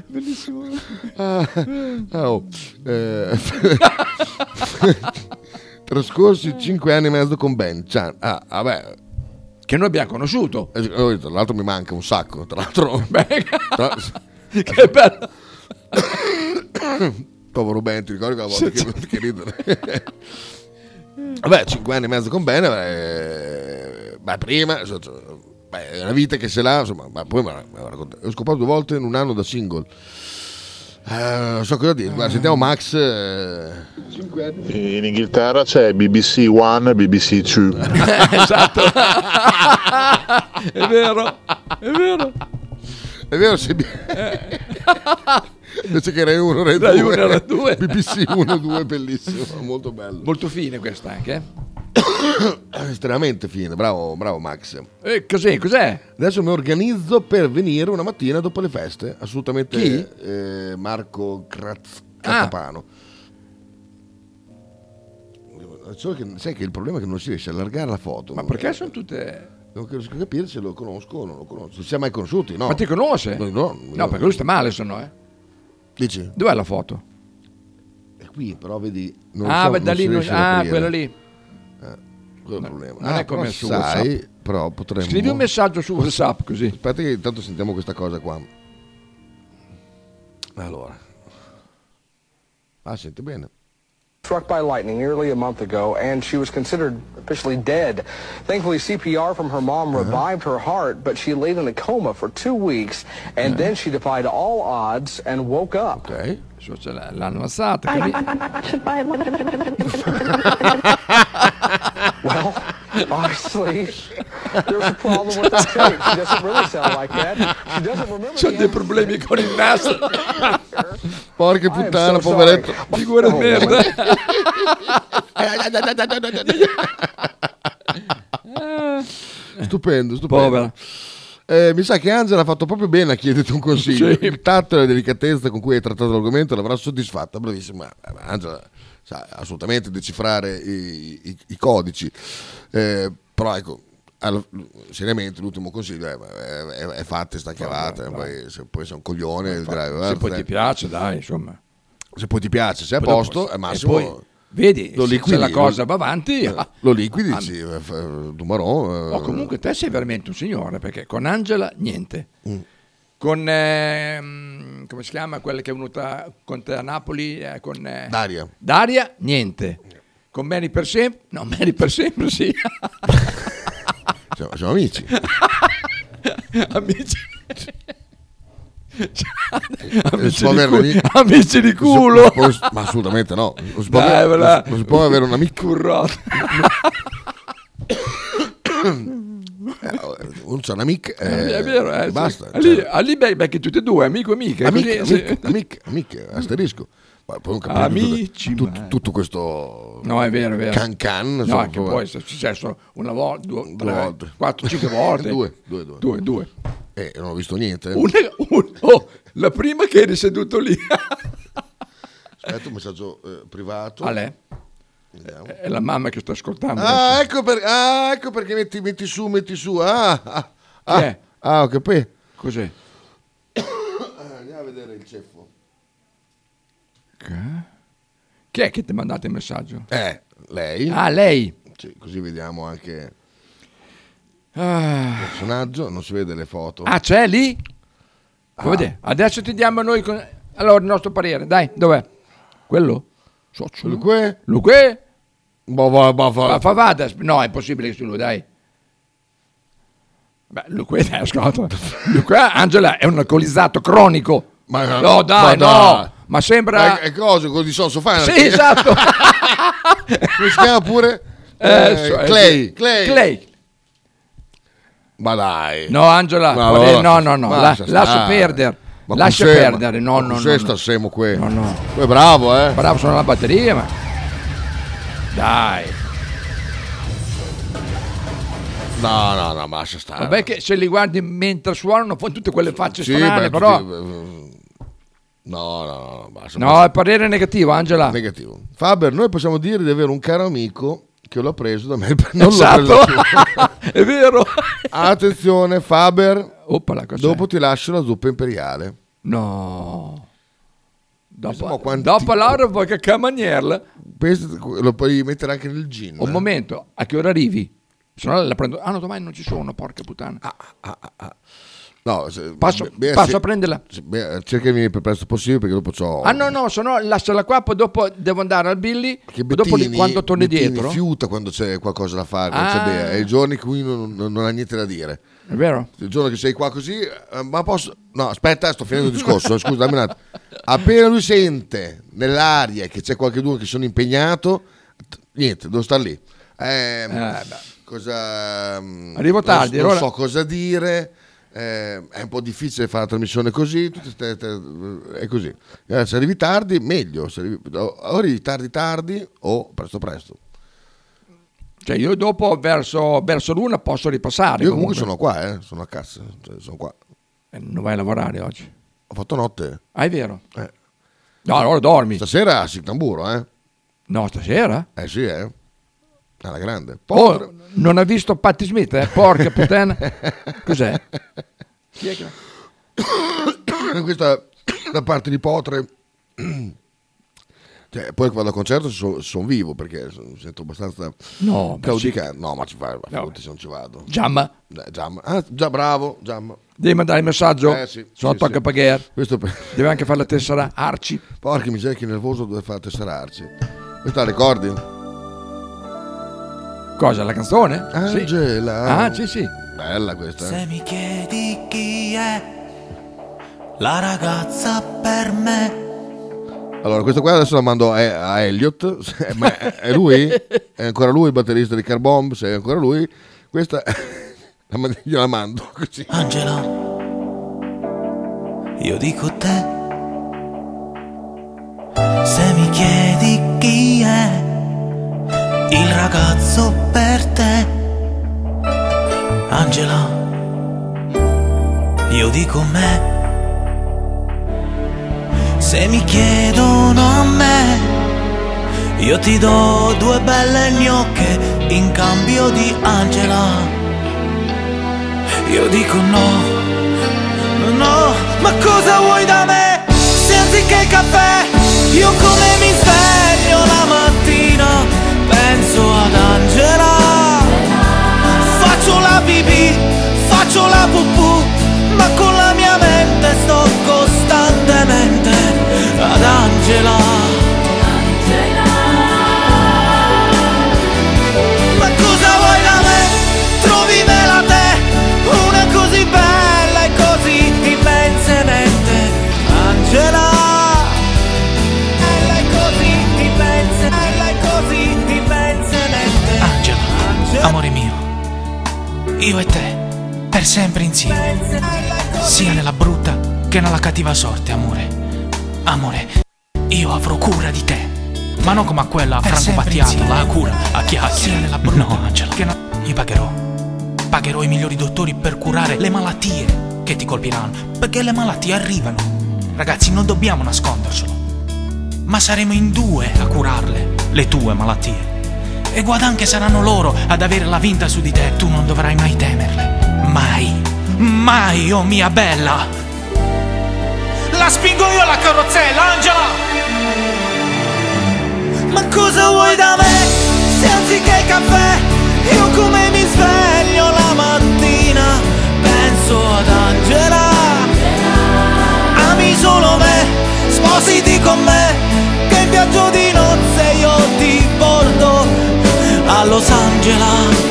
Bellissimo. Ah, ah, oh, eh, trascorsi 5 anni e mezzo con Ben Chan. Ah, vabbè. Che noi abbiamo conosciuto. Tra l'altro mi manca un sacco, tra l'altro. Tra- che bello. Povero Ben, ti ricordi quella volta Sì, che, che ridere? Vabbè, 5 anni e mezzo con Ben, eh, ma prima, so- so- beh, è una vita che se l'ha, insomma, ma poi me la- me la racconta- Ho scopato due volte in un anno da single. Eh, non so cosa dire, guarda, sentiamo Max. eh, In Inghilterra c'è BBC One, BBC Two. esatto. è vero, è vero. È vero, se mi- invece che Rai 1, Rai Eh. Rai 2, uno, Rai due. BBC 1, 2, bellissimo, molto bello. Molto fine questa anche. eh? Estremamente fine, bravo, bravo Max. Eh, cos'è? Cos'è? Adesso mi organizzo per venire una mattina dopo le feste. Assolutamente Chi? eh, Marco Graz Ah. Catapano. Solo che, sai che il problema è che non si riesce a allargare la foto. Ma Non- perché sono tutte... Non riesco a capire se lo conosco o non lo conosco. Ci siamo mai conosciuti, no? Ma ti conosce? No, no, No, perché lui sta male, se no, eh. Dici? Dov'è la foto? È qui, però vedi... Non ah, so- beh, da non si lì... non- riesce ad Ah, aprire. quella lì. Quello è il problema. non è come però su sai, WhatsApp. però potremmo... Scrivi un messaggio su WhatsApp così. Aspetta che intanto sentiamo questa cosa qua. Allora. Ah, senti bene. Struck by lightning nearly a month ago, and she was considered officially dead. Thankfully, CPR from her mom revived her heart, but she laid in a coma for two weeks, and then she defied all odds and woke up. Okay. So ce l'ha- l'hanno alzata, well, honestly, there's a problem with the tape. She doesn't really sound like that. She doesn't remember. Oh, C'ho dei problemi con il naso. Porca Ah, I eh, am puttana, so poveretto. sorry. Figura di Oh, merda. stupendo, stupendo. Povera. Eh, mi sa che Angela ha fatto proprio bene a chiederti un consiglio. Sì. Il tatto e la delicatezza con cui hai trattato l'argomento l'avrà soddisfatta. Bravissima. Eh, Angela sa assolutamente decifrare i, i- i codici. Eh, però ecco, al- seriamente l'ultimo consiglio è, è, è- è fatta sta chiavata. Poi, se poi sei un coglione, il driver, Se poi eh, ti piace, dai, insomma. Se poi ti piace, sei a Poi dopo- posto, al e massimo... poi, vedi, se- se la cosa va avanti, eh, ah, lo liquidi, ah, sì, eh, f- eh, Dumarò. eh, Oh, comunque te sei veramente un signore, perché con Angela niente. Mm. Con, ehm, come si chiama, quella che è venuta con te a Napoli? eh, con, eh, Daria. Daria, niente. Con Mary per sempre? No, Mary per sempre sì. Siamo, siamo amici. Amici. Cioè, Si Amici può di, avere cu- un amico? amici di Si- culo. si può- ma assolutamente no. Non si può, Dai, avere, voilà. non si può avere un amico. Currotto. Eh, non c'è un'amica. eh, è vero, eh, e sì. basta. Ah, Lì, cioè, ah, lì bei- becchi tutti e due, amico e amica. amiche, così, sì. amiche, amiche, amiche, asterisco. Ma poi non capisco Amici, tutto, ma- tutto, tutto questo No, è vero, è vero. can can. No, insomma, che come- poi è successo una volta, due, Due tre, volte. quattro, cinque volte. due, due, due. Due, due. Eh, non ho visto niente. Una, un- oh, la prima che eri seduto lì. Aspetta un messaggio eh, privato. Ale, Vediamo. è la mamma che sta ascoltando. Ah, ecco, per- ah, ecco perché metti, metti su, metti su. Ah, ah, ah, Chi è? ah, ho capito. Cos'è? Eh, Andiamo a vedere il ceffo. Che? Chi è che ti ha mandato il messaggio? Eh, lei. Ah, lei. Sì, così vediamo anche il Ah, personaggio, non si vede le foto. Ah, c'è lì? Ah. Puoi vedere? Adesso ti diamo noi con- allora il nostro parere, dai, dov'è? Quello? Socio. Dunque, Luque? boh, boh, boh, boh. Ma fa vada, no, è impossibile che sia lui, dai. Beh, Luque, dai, ascolta. Luque, Angela è un alcolizzato cronico. Ma- eh, no, dai, ma no. dai. Eh, Ma sembra... Ma è cosa con di Sonso Fana? Sì, esatto. Come si chiama pure? Eh, Eh, so- eh, Clay, Clay. Clay. Ma dai. No, Angela, Ma guarda- allora- no, no, no, ma la- lascia lascia stare. perdere. Ma Lascia con sé- perdere, no, ma no, con no, sé no. sta semo qui. No, no. Poi bravo, eh. Bravo, sono la batteria, ma... Dai. No, no, no, ma lascia stare. Vabbè che se li guardi mentre suonano fanno tutte quelle facce Ah. Sì, strane, beh, però... tutti- eh, No, no, no, no, basta, No, eh, basta. il parere è negativo, Angela. Negativo. Faber, noi possiamo dire di avere un caro amico che l'ha preso da me. Non l'ho Esatto. preso tu. è vero. Attenzione, Faber. Oppala, cos'è? Dopo ti lascio la zuppa imperiale. No. Dopo, Ma quanti- dopo l'oro vuoi che camaniera? Pensa- Lo puoi mettere anche nel gin. Un momento, a che ora arrivi? Se no la prendo... Ah no, domani non ci sono, porca puttana. No, se- Passo- Ah, beh, passo se- a prenderla. se- beh, cerca di venire per presto possibile perché dopo c'ho... Ah no, no, se no lasciala qua, poi dopo devo andare al Billy, Che poi dopo Bettini- lì, quando torni Bettini dietro. rifiuta quando c'è qualcosa da fare, quando Ah. c'è Bea. È i giorni in cui non, non- non ha niente da dire. È vero? Il giorno che sei qua così, eh, ma posso... No, aspetta, sto finendo il discorso, eh, scusa, dammi un attimo. Appena lui sente nell'aria che c'è qualcuno che sono impegnato, t- niente, devo star lì. Eh, cosa... mm, Arrivo non- tardi, non, allora- so cosa dire. eh, è un po' difficile fare la trasmissione così, tutte ste- te- è così. Eh, se arrivi tardi, meglio, se arrivi, o o arrivi tardi tardi o presto presto. Cioè io dopo verso, verso l'una posso ripassare. Io comunque sono qua, eh, sono a casa, cioè, sono qua. Eh, non vai a lavorare oggi? Ho fatto notte. Ah, è vero? Eh. No, allora dormi. Stasera si tamburo, eh? No, stasera? Eh sì, eh. Alla grande. Oh, non ha visto Patti Smith, eh? Porca puttana. Cos'è? Chi è che... Questa da parte di Potre. Cioè, poi quando al concerto sono vivo perché son- sento abbastanza No, ma claudicare. No, ma ci vai, ma figurati se non ci vado. Giamma. Eh, Giamma. Ah, già bravo, Giamma. Devi mandare il messaggio. Eh, sì, Sono sì, tocca sì. pagare. Questo per... Deve anche fare la tessera Arci. Porca miseria, che nervoso dove fare la tessera Arci. Questa la ricordi? Cosa, la canzone? Ah, Sì. Angela. Ah, sì, sì. Bella questa. eh. Se mi chiedi chi è la ragazza per me, Allora, questo qua adesso la mando a, a Elliot. Se- Ma è è lui? È ancora lui il batterista di Carbomb? Se è ancora lui, questa la mand- gliela mando così. Ah. Angela. io dico te. Se mi chiedi chi è il ragazzo per te, Angela, io dico me. Se mi chiedono a me, io ti do due belle gnocche in cambio di Angela. Io dico no, no, ma cosa vuoi da me? Se anziché il caffè, io come mi sveglio la mattina, penso ad Angela. Faccio la pipì, faccio la pupù, ma con la mia mente sto costantemente ad Angela. Ma cosa vuoi da me? Trovimela te, una così bella e così immensamente Angela. Bella e così immense- bella e così immensamente Angela, amore mio, io e te, per sempre insieme, sia nella brutta che nella cattiva sorte, amore. Amore, io avrò cura di te. Ma non come a quella a Franco Battiato, la cura a chiacchiere. nella brutta no, Angela. Che no- Io pagherò. Pagherò i migliori dottori per curare le malattie che ti colpiranno. Perché le malattie arrivano. Ragazzi, non dobbiamo nascondercelo. Ma saremo in due a curarle, le tue malattie. E guarda anche saranno loro ad avere la vinta su di te. Tu non dovrai mai temerle. Mai. Mai, oh mia bella. La spingo io la carrozzella, Angela! Ma cosa vuoi da me? Se anziché il caffè, io come mi sveglio la mattina, penso ad Angela. Ami solo me, spositi con me, che in viaggio di nozze io ti porto a Los Angeles.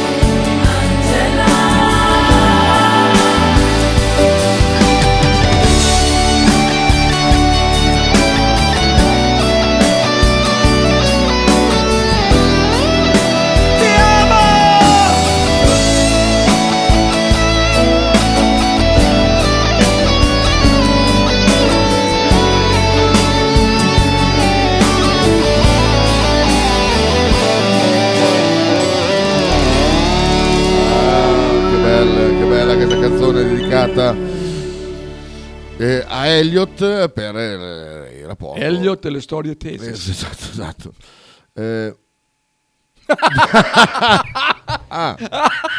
Che bella, che bella questa canzone dedicata eh, a Elliot per eh, il rapporto. Elliot e le storie Eh, tese. sì, esatto, esatto. Eh, ah,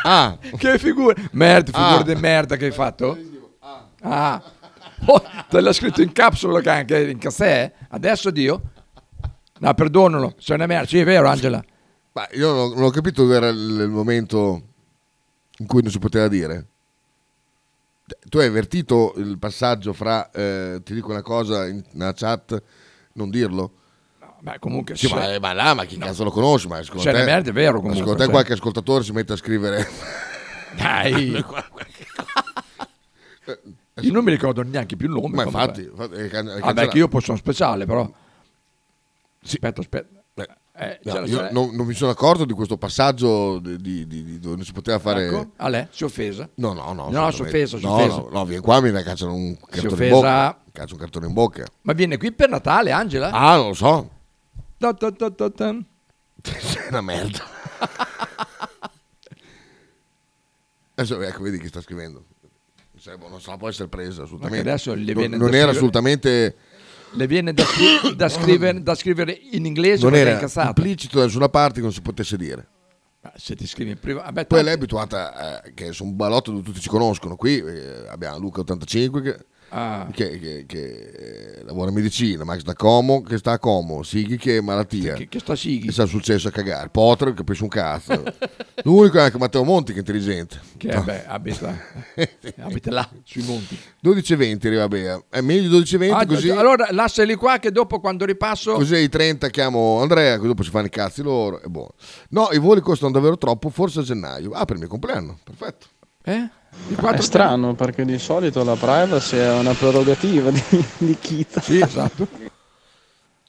ah. Che figura. Merda, figura Ah. di merda che hai fatto. Ah. Oh, te l'ha scritto in capsula che anche in cassè. Adesso Dio. No, perdonalo, sei una merda. Sì, è vero, Angela. Ma io non, non ho capito dove era il, il momento in cui non si poteva dire. Tu hai avvertito il passaggio fra eh, ti dico una cosa in, nella chat, non dirlo? Ma comunque Sì, se- ma, ma là, ma chi cazzo lo conosce? Ma secondo te, Se ne Cioè, merda è vero comunque, Secondo te cioè. qualche ascoltatore si mette a scrivere? Dai. Io non mi ricordo neanche più il nome. Ma infatti, comunque. infatti, è can- è Ah, beh, cancellato. che io posso un speciale, però. Aspetta, aspetta. Eh, No, ce la- io non, non mi sono accorto di questo passaggio di, di- di- di- dove non si poteva fare. Ecco, Ale, si è offesa. No, no, no. No, assolutamente. si è offesa, si è No, offesa. No, no, vieni qua, mi cacciano un cartone in offesa. bocca. Caccio un cartone in bocca. Ma viene qui per Natale, Angela? Ah, non lo so. Ta ta ta ta ta. È una merda. Adesso, ecco, vedi che sta scrivendo. Se- Non se la può essere presa assolutamente. Perché adesso le Non- viene non da era scrivere- assolutamente. Le viene da, scri- da scrivere, da scrivere in inglese Non perché è era incazzata. implicito da nessuna parte che non si potesse dire. Ma Ah, se ti scrivi in privato. vabbè, Poi tanti- lei è abituata, eh, che sono un balotto dove tutti ci conoscono. Qui eh, abbiamo Luca 85 che, Ah. che- che- che, eh, lavora in medicina, Max da Como che sta a Como, Sighi che è malattia. Che- che sta a Sighi. Che sta successo a cagare. Potter che capisce un cazzo. L'unico è anche Matteo Monti che è intelligente. Che No. beh, abita, abita là, sui monti. 12.20 arriva Bea. È meglio di 12.20 Ah, così. Allora, lascia lì qua che dopo quando ripasso... Così ai 30 chiamo Andrea, così dopo si fanno i cazzi loro. E buono. No, i voli costano davvero troppo, forse a gennaio. Ah, per il mio compleanno. Perfetto. Eh? È strano perché di solito la privacy è una prerogativa di, di Kita. Sì, esatto.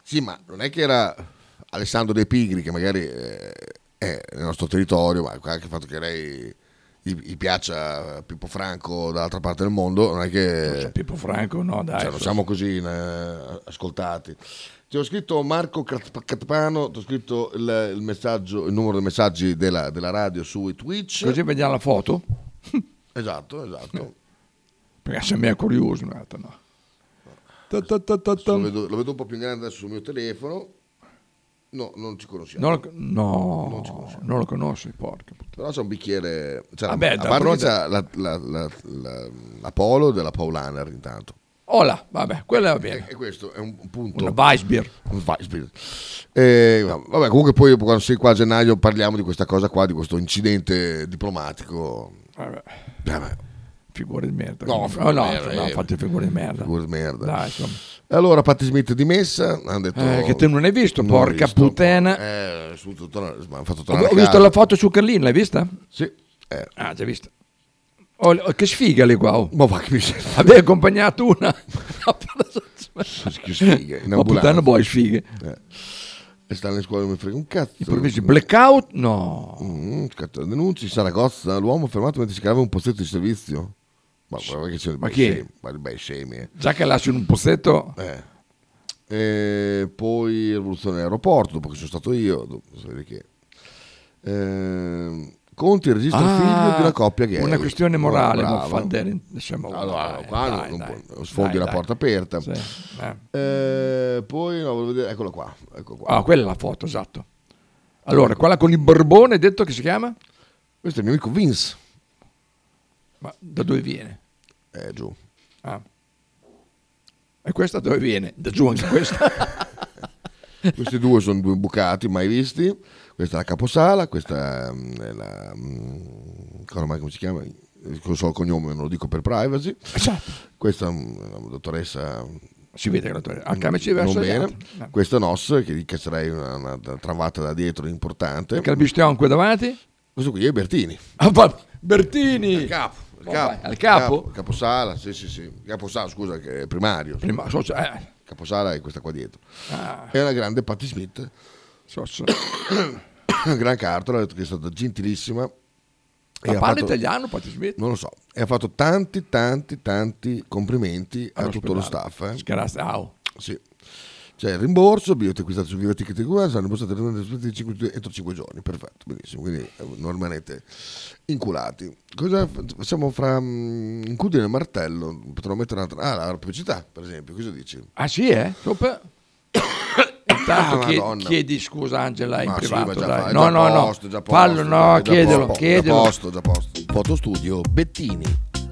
Sì, ma non è che era Alessandro De Pigri che magari eh, è nel nostro territorio, ma anche il fatto che lei gli, gli piaccia Pippo Franco dall'altra parte del mondo, non è che... Cioè, Pippo Franco, no, dai, Cioè, so- non siamo così eh, ascoltati. Ti ho scritto Marco Cat- Catapano, ti ho scritto il, il messaggio, il numero dei messaggi della, della radio su Twitch. Così vediamo la foto. Esatto, esatto. Perché se mi è curioso, un attimo, no. Ta ta ta ta ta. Lo vedo, lo vedo un po' più in grande adesso sul mio telefono. No, non ci conosciamo. Non lo, no, Non non, ci conosciamo. lo conosci, porca puttana. Però c'è un bicchiere. C'è Vabbè, la, a parte d'altronde- che c'è la, la, la, la- la Polo della Paulaner intanto. Ola, vabbè, quella va bene. E questo è un punto. Una Weissbier. Un Weissbier. Eh, va- vabbè, comunque poi quando sei qua a gennaio parliamo di questa cosa qua, di questo incidente diplomatico. Eh, Vabbè. Vabbè. Figura di merda. No, Oh, figura di no, merda, no, eh. fate figure di merda. Figure di merda. Dai, insomma. Allora, Patti Smith dimessa, hanno detto... Eh, che te non hai visto, Non ho porca visto. puttana. Eh, su, tutto- mi hanno fatto Ho, tornare ho a visto casa. la foto su Carlin, l'hai vista? Sì. Ah, già vista. Oh, oh, che sfiga lei qua. oh. Ma va che miseria. Avevi accompagnato una. Che sfighe, in Ma puttana ambulanza. boy, sfighe. Eh. E stanno in scuola non mi frega un cazzo. Improvvisi blackout? No. Mm, scatto- denunci Saragozza, l'uomo fermato mentre si cava un pozzetto di servizio. Ma, guarda che c'è Ma dei chi è? scemi, guarda, dei bei scemi. eh. Già che lasci in un pozzetto. Eh. E poi rivoluzione all'aeroporto, dopo che sono stato io. dopo- si vede che- Ehm, Conti registra il figlio di una coppia che Ah, Una questione morale. Bravo. ma fa dare- diciamo, Allora, dai, qua dai, non dai. può- sfondi Dai, la dai. porta aperta. Sì, eh. Eh, poi no, volevo vedere, eccolo qua, ecco qua. Ah, quella è la foto, esatto. Allora, quella con il barbone, detto che si chiama? Questo è il mio amico Vince. Ma da dove viene? Eh, giù. Ah. E questa dove viene? Da giù anche questa. Questi due sono due bucati mai visti. Questa è la caposala, questa mm, è la. mm, Come come si chiama? Non so il cognome, non lo dico per privacy. Questa mm, è una dottoressa. Esatto. mm, Si vede che la dottoressa- anche a me ci non verso gli bene. altri. No. Questa è Nos, che gli caccerei una, una travata da dietro importante. Perché il Calbistion qui davanti? Questo qui è Bertini. Ah, va- Bertini! Al capo. Il Boh, Al capo? Caposala, sì, sì, sì. Caposala, scusa, che è primario. Prima- so- eh. Caposala è questa qua dietro. Ah. È una grande Patti Smith. So- so- Gran Carter, ha detto che è stata gentilissima. E Ma ha parla fatto- italiano, Patti Smith? Non lo so. E ha fatto tanti, tanti, tanti complimenti a tutto lo All'ospedale. staff. Eh. Scarastao. Sì. C'è il rimborso, biglietti acquistati su Viva Ticket Guarda, saranno impostati entro 5 giorni. Perfetto, benissimo. Quindi eh, non rimanete inculati. Cosa f- facciamo fra mm, incudine e martello? Potremmo mettere un'altra... Ah, la pubblicità, per esempio. Cosa dici? Ah sì, eh? Sopra. Intanto Ah, chie- Madonna. chiedi scusa Angela Cioè, in Ma sì, privato. ma già dai. fa- è no, già no, no. posto, già posto, Fallo, no, è già chiedelo, posto, chiedelo. Già posto, già posto. Fotostudio Bettini,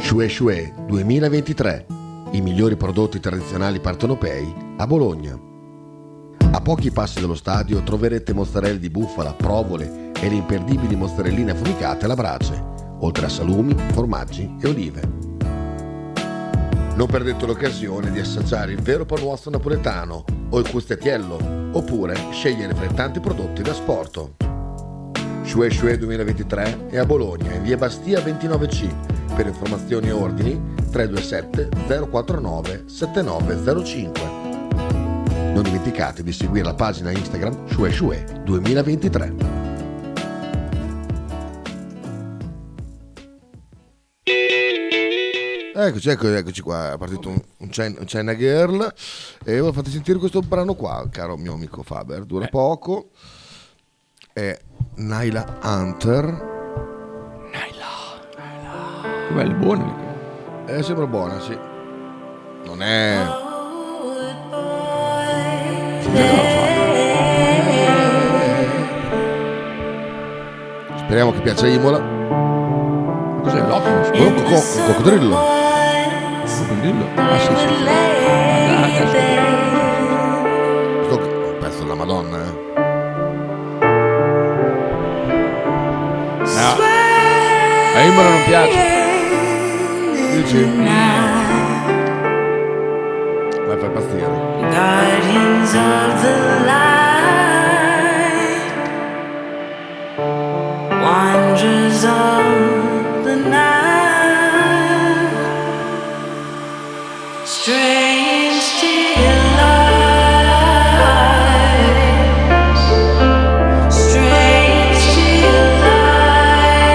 Shue Shue 2023. I migliori prodotti tradizionali partenopei a Bologna. A pochi passi dallo stadio troverete mozzarella di bufala, provole e le imperdibili mozzarelline affumicate alla brace, oltre a salumi, formaggi e olive. Non perdete l'occasione di assaggiare il vero panuozzo napoletano o il custettiello, oppure scegliere fra i tanti prodotti da sporto. Shue Shue 2023 è a Bologna, in via Bastia 29C. Per informazioni e ordini 327 049 7905. Non dimenticate di seguire la pagina Instagram Shue Shue 2023. Eccoci, ecco- eccoci qua, è partito un, un China, un China Girl e volevo farti sentire questo brano qua, caro mio amico Faber, dura poco, è Naila Hunter. Naila, Naila. Com'è, il buono? Eh, sembra buona, sì. Non è... Speriamo che piaccia a Imola. Cos'è l'occhio? È un coco- un coccodrillo. Coccodrillo? Ah sì sì. Questo è un pezzo della Madonna, eh. No. A Eh, Imola non piace. Dici? Ma fa impazzire. Guardians of the light, wanderers of the night, strange delight, strange delight.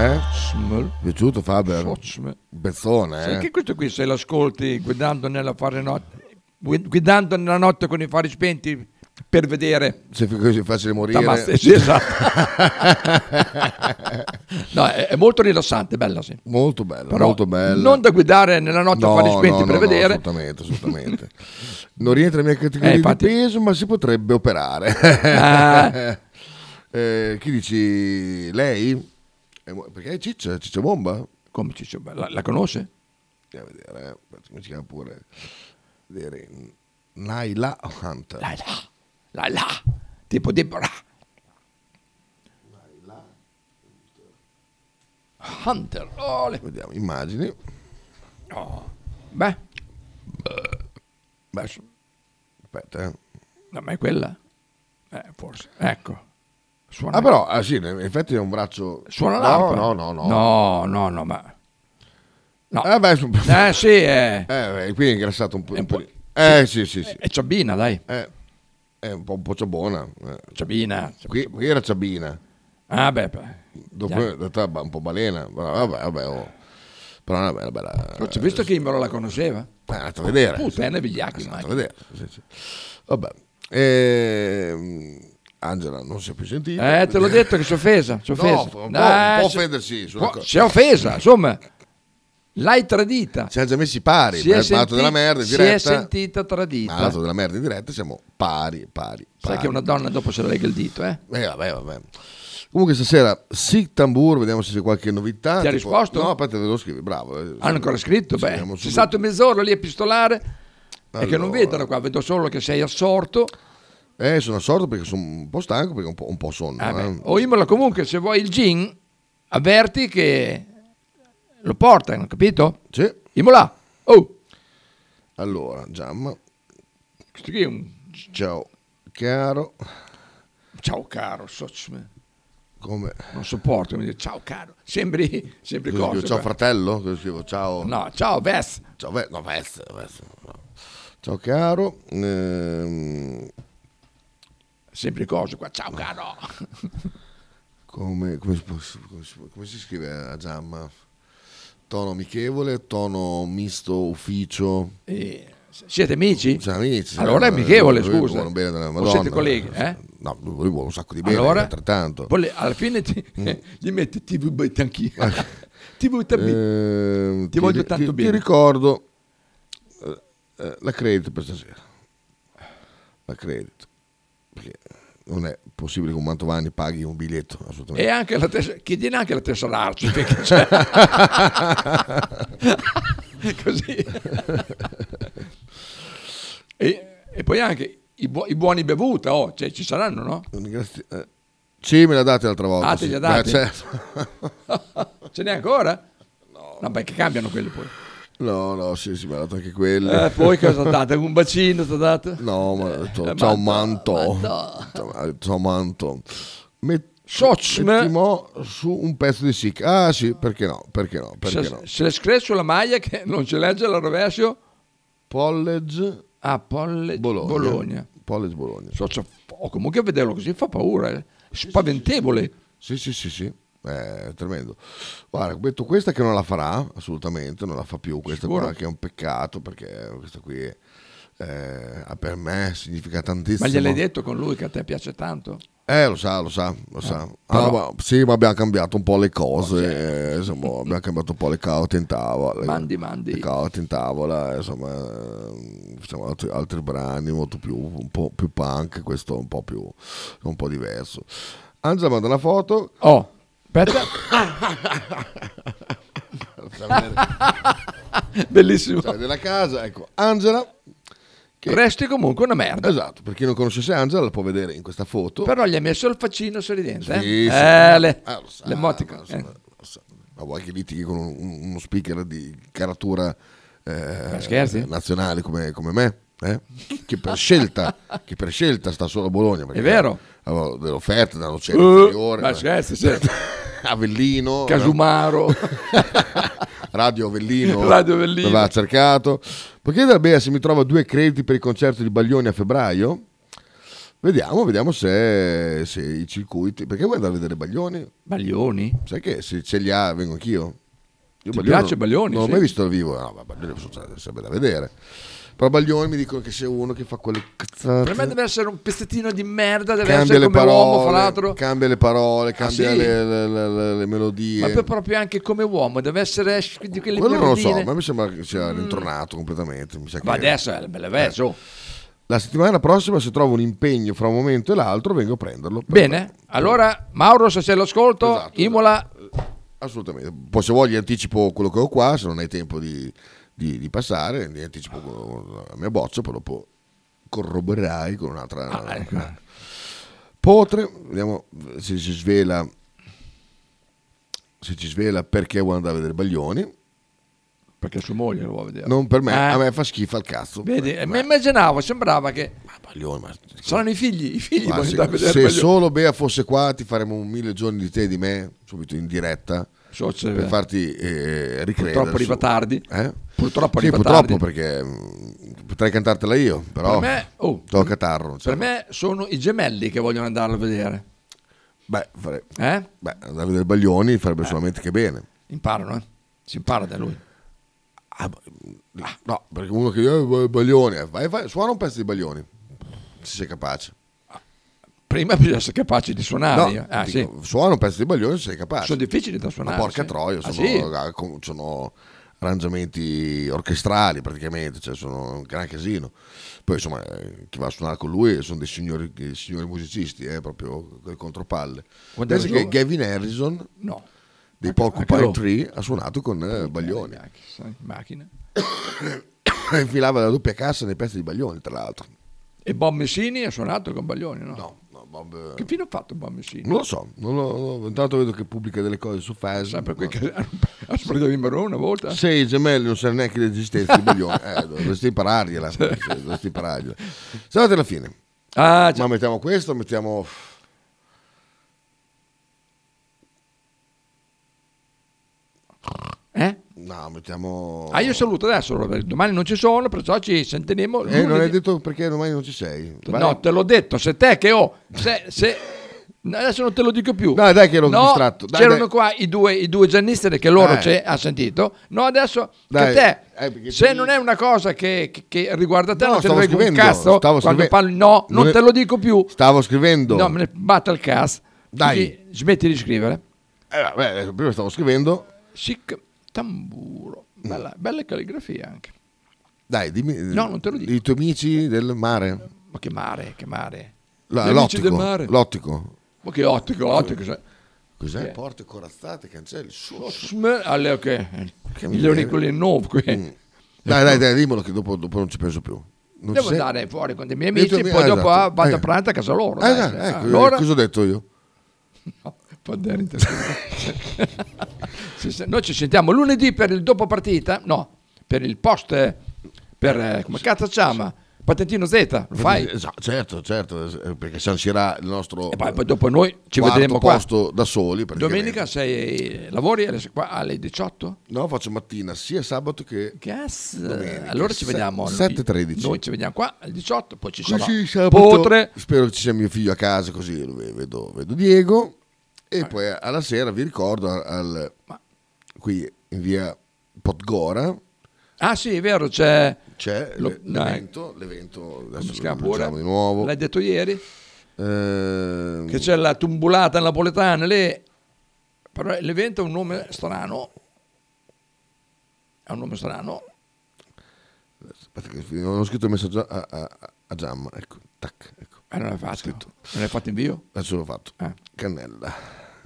Eh? piaciuto Faber? Socio. Bezzone, eh? Sai che questo qui se l'ascolti guidando nella, fare not- gui- guidando nella notte con i fari spenti per vedere... Se f- così è facile morire. Tamasta- sì, esatto. no, è, è molto rilassante, bella sì. Molto bella, Però molto bella. Non da guidare nella notte a fari No, spenti no, per no, no, vedere. assolutamente, assolutamente. non rientra nella categoria Eh, infatti. di peso, ma si potrebbe operare. Ah. Eh, chi dici? Lei? Eh, mo- Perché è Ciccia, Ciccia Bomba? Come Ciccia Bomba? La, la conosce? Andiamo a vedere, eh. come si chiama pure? Vedere. Naila Hunter. Laila, Laila, tipo Deborah. Hunter, ole. Vediamo, immagini. Oh, Beh, beh, so- Aspetta, eh. no, ma è quella? Eh, forse. Ecco. Suona- Ah, però, ah, sì, in effetti è un braccio. Suona no, l'arpa? No, no, no. No, no, no, ma... No. Eh, beh, su- Eh, sì, eh. Eh, beh, qui è ingrassato un po'. È un un po'- po'- Eh, sì, sì, sì. È ciabina, dai. Eh, è un po', un po' ciabona. eh. Ciabina. Qui, qui era ciabina. Ah, beh, beh. Dopo è stata un po' balena. però Vabbè, vabbè, oh. Però è una bella... bella Però c'è visto che Imbro la conosceva? Eh, andato a vedere. Puttana vigliacchi, Andato a immagino. vedere. sì, sì. Vabbè. Ehm, Angela non si è più sentita. Eh, te l'ho detto che si è offesa. Si è No, offesa. un po'- un Eh, po' si- offendersi su una può- cosa. Si è offesa, insomma. L'hai tradita. Ci ha già messi pari. Si è abbiamo parlato senti- della merda in si è diretta. sentita tradita. Abbiamo parlato della merda in diretta, siamo pari, pari, Sai pari. che una donna dopo se la lega il dito, eh? Eh, vabbè, vabbè. Comunque stasera Sig Tambur, vediamo se c'è qualche novità. Ti ha risposto? No, aspetta, te lo scrivi, bravo. eh. Hanno ancora scritto? Sì, Beh, andiamo sei subito. stato mezz'ora lì a pistolare e che non Allora. vedono qua, vedo solo che sei assorto. Eh, sono assorto perché sono un po' stanco, perché un po', un po' sonno. Ah, beh. eh. O Imola comunque, se vuoi il gin, avverti che lo portano, capito? Sì. Imola, oh, Allora, Giamma, questo qui è un... ciao caro, Ciao caro, socio. come... Non sopporto, mi dice ciao caro, sembri, sembri Cosa cosa. scrivo, ciao qua. fratello, cosa scrivo? Ciao... No, ciao Ves. Ciao, Ve- no, Vez, Vez, no. Ciao caro, ehm, Sempre cose qua, ciao caro. come, come si può- come si può- come si scrive a Giamma? Tono amichevole, tono misto, ufficio... Eh, siete amici? Siamo amici. Allora è eh, amichevole, lui scusa. vuole bene della O Madonna. siete colleghi, eh? No, lui vuole un sacco di bene, Allora? altrettanto. Mm. Poi le- alla fine ti, gli metti TV Boy anch'io. Ah. TV Boy Ehm, ti, voglio ti- tanto ti- bene. Ti ricordo eh, eh, la credit per stasera. La credit. Perché non è possibile che un Mantovani paghi un biglietto, assolutamente. E anche la tessera, chiedine anche la tessera Arci, perché c'è. Così. e, e poi anche i, buo- i buoni bevuta, oh, cioè, ci saranno, no? Grazie- eh, sì, me la date l'altra volta. Ah, te sì. li ha Beh, dati? certo. Ce n'è ancora? No. No, perché cambiano quello poi. No, no, sì, sì, me l'ha dato anche quelle. Eh, poi cosa date? Un bacino ti date? No, ma ho detto, eh, ciao Manto, Manto. Manto. Ciao, Ciao Manto. Met- Soch, Mettimo su un pezzo di sic. Ah sì, perché no? Perché no? Perché se, no? se le screccio la maglia che non ci legge la rovescio. College Ah, Polle... Bologna. Bologna. College Bologna. Socio, oh, comunque vederlo così fa paura, eh. spaventevole. Sì, sì, sì, sì. Eh, tremendo. Guarda, metto questa che non la farà assolutamente, non la fa più questa Sicuro? qua che è un peccato perché questa qui eh, per me significa tantissimo. Ma gliel'hai detto con lui che a te piace tanto? Eh, lo sa, lo sa, lo sa. Eh, però- Ah, ma- sì, ma abbiamo cambiato un po' le cose, eh, insomma, abbiamo cambiato un po' le caute in tavola. Mandi, le mandi. caute in tavola, eh, insomma, ehm, facciamo altri, altri brani molto più, un po' più punk, questo un po' più, un po' diverso. Angela manda una foto. Oh, aspetta. Bellissimo. Cioè, della casa, ecco, Angela. Che... Resti comunque una merda. Esatto, per chi non conoscesse Angela la può vedere in questa foto. Però gli ha messo il faccino sorridente. Eh? Eh, Sì, sì. Eh, le, Ah, lo sa, l'emoticon, ma insomma, eh. lo sa. Ma vuoi che litighi con un- un- uno speaker di caratura eh, Ma scherzi? nazionale come, come me? eh? Che, per scelta, che per scelta sta solo a Bologna. perché È vero. Avevo delle offerte dall'Oceano Eh, Inferiore. ma scherzi, certo. Avellino. eh. Casumaro. Radio Avellino. Radio Avellino. L'aveva cercato. Puoi chiedere a Bea se mi trova due crediti per il concerto di Baglioni a febbraio? Vediamo, vediamo se, se i circuiti. Perché vuoi andare a vedere Baglioni? Baglioni? Sai che se ce li ha vengo anch'io? Io Ti piace Baglioni, Non l'ho sì. mai visto dal vivo, no, ma Baglioni sono- sarebbe da vedere. Però Baglioni mi dicono che sia uno che fa quelle cazzate. Per me deve essere un pezzettino di merda, deve Cambia essere le come uomo, fra l'altro. Ah, parole, cambia le parole, cambia sì? le, le- le- le- le melodie. Ma poi proprio anche come uomo, deve essere sh- di quelle Quello non lo so, melodine. ma mi sembra che sia rintornato completamente. Mi sa Mm. Ma che- adesso eh, è la bella Eh. verso. La settimana prossima, se trovo un impegno fra un momento e l'altro, vengo a prenderlo. Per- Bene, allora Mauro, se sei all'ascolto, Imola, Assolutamente. Poi se voglio anticipo quello che ho qua, se non hai tempo di, di- di passare, gli anticipo quello- la mia boccia, poi dopo corroborerai con un'altra... Ah, ecco. Potre, vediamo se ci svela se ci svela perché vuole andare a vedere Baglioni. Perché sua moglie lo vuole vedere. Non per me, Eh. a me fa schifo al cazzo. vedi, Ma- mi immaginavo, sembrava che Baglioni, ma- saranno i figli, i figli Ma vogliono se, andare a vedere se Baglioni. solo Bea fosse qua ti faremo un mille giorni di te e di me subito in diretta So se- per farti eh, ricredere Purtroppo su- arriva tardi. Eh? Purtroppo Sì, arriva purtroppo, tardi. perché mh, potrei cantartela io però Per me- oh. ho catarro non ce Per la me sono i gemelli che vogliono andarlo a vedere. Beh, fare- Eh? Beh, andare a vedere Baglioni farebbe solamente che bene. Imparano, eh? Si impara da lui. Ah, Ah, No, perché uno che eh, Baglioni, eh, vai, vai, suona un pezzo di Baglioni, se sei capace. Prima bisogna essere capaci di suonare. No, ah, sì. dico, Suona un pezzo di Baglioni se sei capace. Sono difficili da suonare, Ma porca sì. troia, Ah, sono, sì? ah, com- sono arrangiamenti orchestrali praticamente, cioè sono un gran casino. Poi insomma, eh, chi va a suonare con lui sono dei signori, dei signori musicisti, eh, proprio con le contropalle. Quando Pensa ero che giovane- Gavin Harrison No. dei anche Porcupine loro. Tree ha suonato con eh, Baglioni. Sai, Macchina. Infilava la doppia cassa nei pezzi di Baglioni, tra l'altro. E Bob Messini ha suonato con Baglioni, no? No, Bob... Che fine ha fatto Bob Messini? Non lo so, non lo- no, intanto vedo che pubblica delle cose su Facebook. Sempre quel che ha sparito il numero una volta. Sei gemelli non sa neanche l'esistenza di Baglioni. Eh, dovresti imparargliela. cioè, dovresti imparargliela. Salate alla fine. Ah, Ma mettiamo questo, mettiamo... Eh? No, mettiamo... Ah, io saluto adesso, Roberto. domani non ci sono, perciò ci sentiremo. Eh, non lunedì. hai detto perché domani non ci sei. No, te l'ho detto, se te che ho, se, se- no, adesso non te lo dico più. No, dai che ero distratto. Dai, c'erano dai. qua i due, i due giannisteri che loro Eh. c'è, ha sentito. No, adesso Dai. che te, Eh, perché se ti- non è una cosa che, che- che riguarda te, non te stavo ne frega un scrivendo, cazzo. stavo quando scrive- parli, no, non, Non è- te lo dico più. Stavo scrivendo. No, me ne batte il cazzo. Dai. Quindi Smetti di scrivere. Eh, vabbè, prima stavo scrivendo. Chic tamburo. Bella, bella calligrafia anche. Dai, dimmi... No, non te lo dico. I tuoi amici del mare. Ma che mare, che mare. La- Gli amici l'ottico, del mare. l'ottico. Ma che ottico, ottico. cioè. sai. Cos'è? Che- Porte corazzate, cancelli. Su, su. Sm- alle- ok. Che Mm. Milioni miseria. quelli nuovi qui. Dai, dai, dai, dimmelo che dopo, dopo non ci penso più. Non Devo ci sei? andare fuori con dei miei Dei amici, tuoi poi amici, ah, dopo esatto. ah, vado Eh. a pranzo a casa loro. Eh, dai. Ah, dai, ecco, allora, cosa ho detto io? può andare in testa. Se- se- Noi ci sentiamo lunedì per il dopo partita, no, per il post, eh, per eh, come cazzo si chiama? Patentino Z, lo fai? Eh, certo, certo, eh, perché San Sirà il nostro... E poi, poi dopo noi ci quarto vedremo qua. posto da soli. praticamente. Domenica sei, lavori alle, qua- alle 18? No, faccio mattina sia sabato che... domenica. Allora ci Se- vediamo. 7.13. Noi ci vediamo qua alle 18, poi ci sarà Così sabato- Potre. Spero che ci sia mio figlio a casa, così lo ve- vedo, vedo Diego. E Ah. poi alla sera vi ricordo al, qui in via Podgora Ah sì, è vero, c'è... c'è lo- l'e- dai. l'evento, l'evento Come si adesso chiama lo pure? lanciamo di nuovo. Mm. L'hai detto ieri? Ehm, Che c'è la tumbulata napoletana lì. Però l'evento ha un nome strano. Ha un nome strano. aspetta che non ho scritto il messaggio a, a, a Giamma, ecco, tac, ecco. Eh, non l'hai fatto. Non l'hai fatto invio? Adesso l'ho fatto. Ah. Cannella.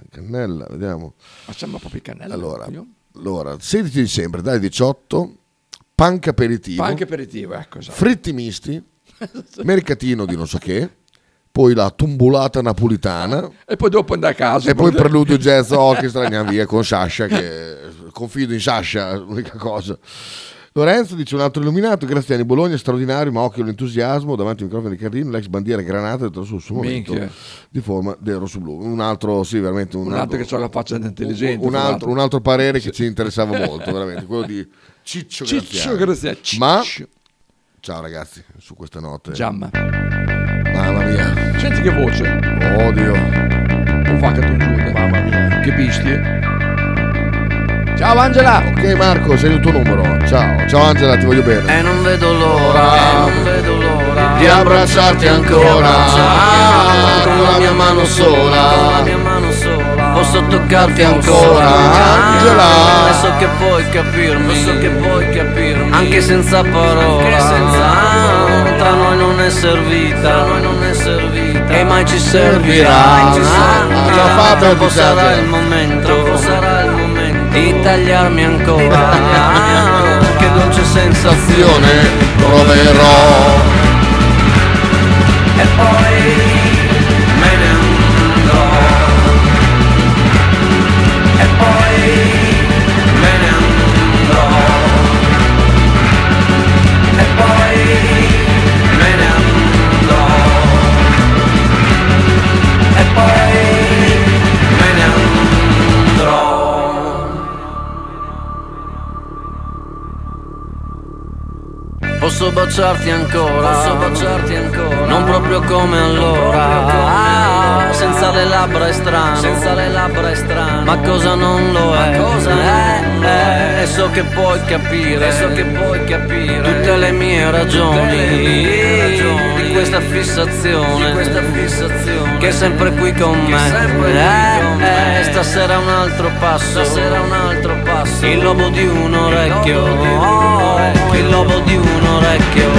Cannella, vediamo. Facciamo proprio il cannello. Allora, Io? allora, 16 dicembre, dalle 18, panca aperitivo. Panca aperitivo, ecco, esatto. Fritti misti, mercatino di non so che, poi la tumbulata napolitana. E poi dopo andare a casa. E poi il preludio jazz orchestra andiamo via con Sasha che confido in Sasha l'unica cosa Lorenzo dice un altro illuminato Graziani Bologna straordinario ma occhio all'entusiasmo davanti al microfono di Carlino l'ex bandiera granata del sul suo momento Minchia. di forma del rosso blu un altro sì veramente un, Un altro che ha la faccia intelligente. un fra altro, un altro parere che ci interessava molto veramente quello di Ciccio, Ciccio Graziani Graziani. Ciccio. ma ciao ragazzi su questa notte Giamma. mamma mia Senti che voce. Odio. Un vacatun giù. Mamma mia. Che bestie. Ciao Angela! Ok Marco, sei il tuo numero. Ciao, ciao Angela, ti voglio bene. E non vedo l'ora, non vedo l'ora di abbracciarti ancora. Ah, Con la mia mano sola, posso toccarti ancora. Angela, e so che puoi capirmi, so che puoi capirmi, anche senza parole. Tanta noi non è servita, noi non è servita, e mai ci servirà. Ci servirà. Ah, Ciao Fabio, troppo ti sarà serve. il momento, sarà il momento di tagliarmi ancora. che dolce sensazione proverò. E poi me ne andrò. E poi me ne andrò. E poi me ne andrò. E poi me ne andrò. Posso baciarti ancora, posso baciarti ancora, non proprio come allora, Ah, senza le labbra è strano, senza le labbra è strano, ma cosa non lo è, cosa è, e so che puoi capire, so che puoi capire, tutte le mie ragioni, di questa fissazione, che è sempre qui con me, eh, eh, stasera un altro passo, stasera un altro passo, il lobo di un orecchio, oh, il lobo di un orecchio,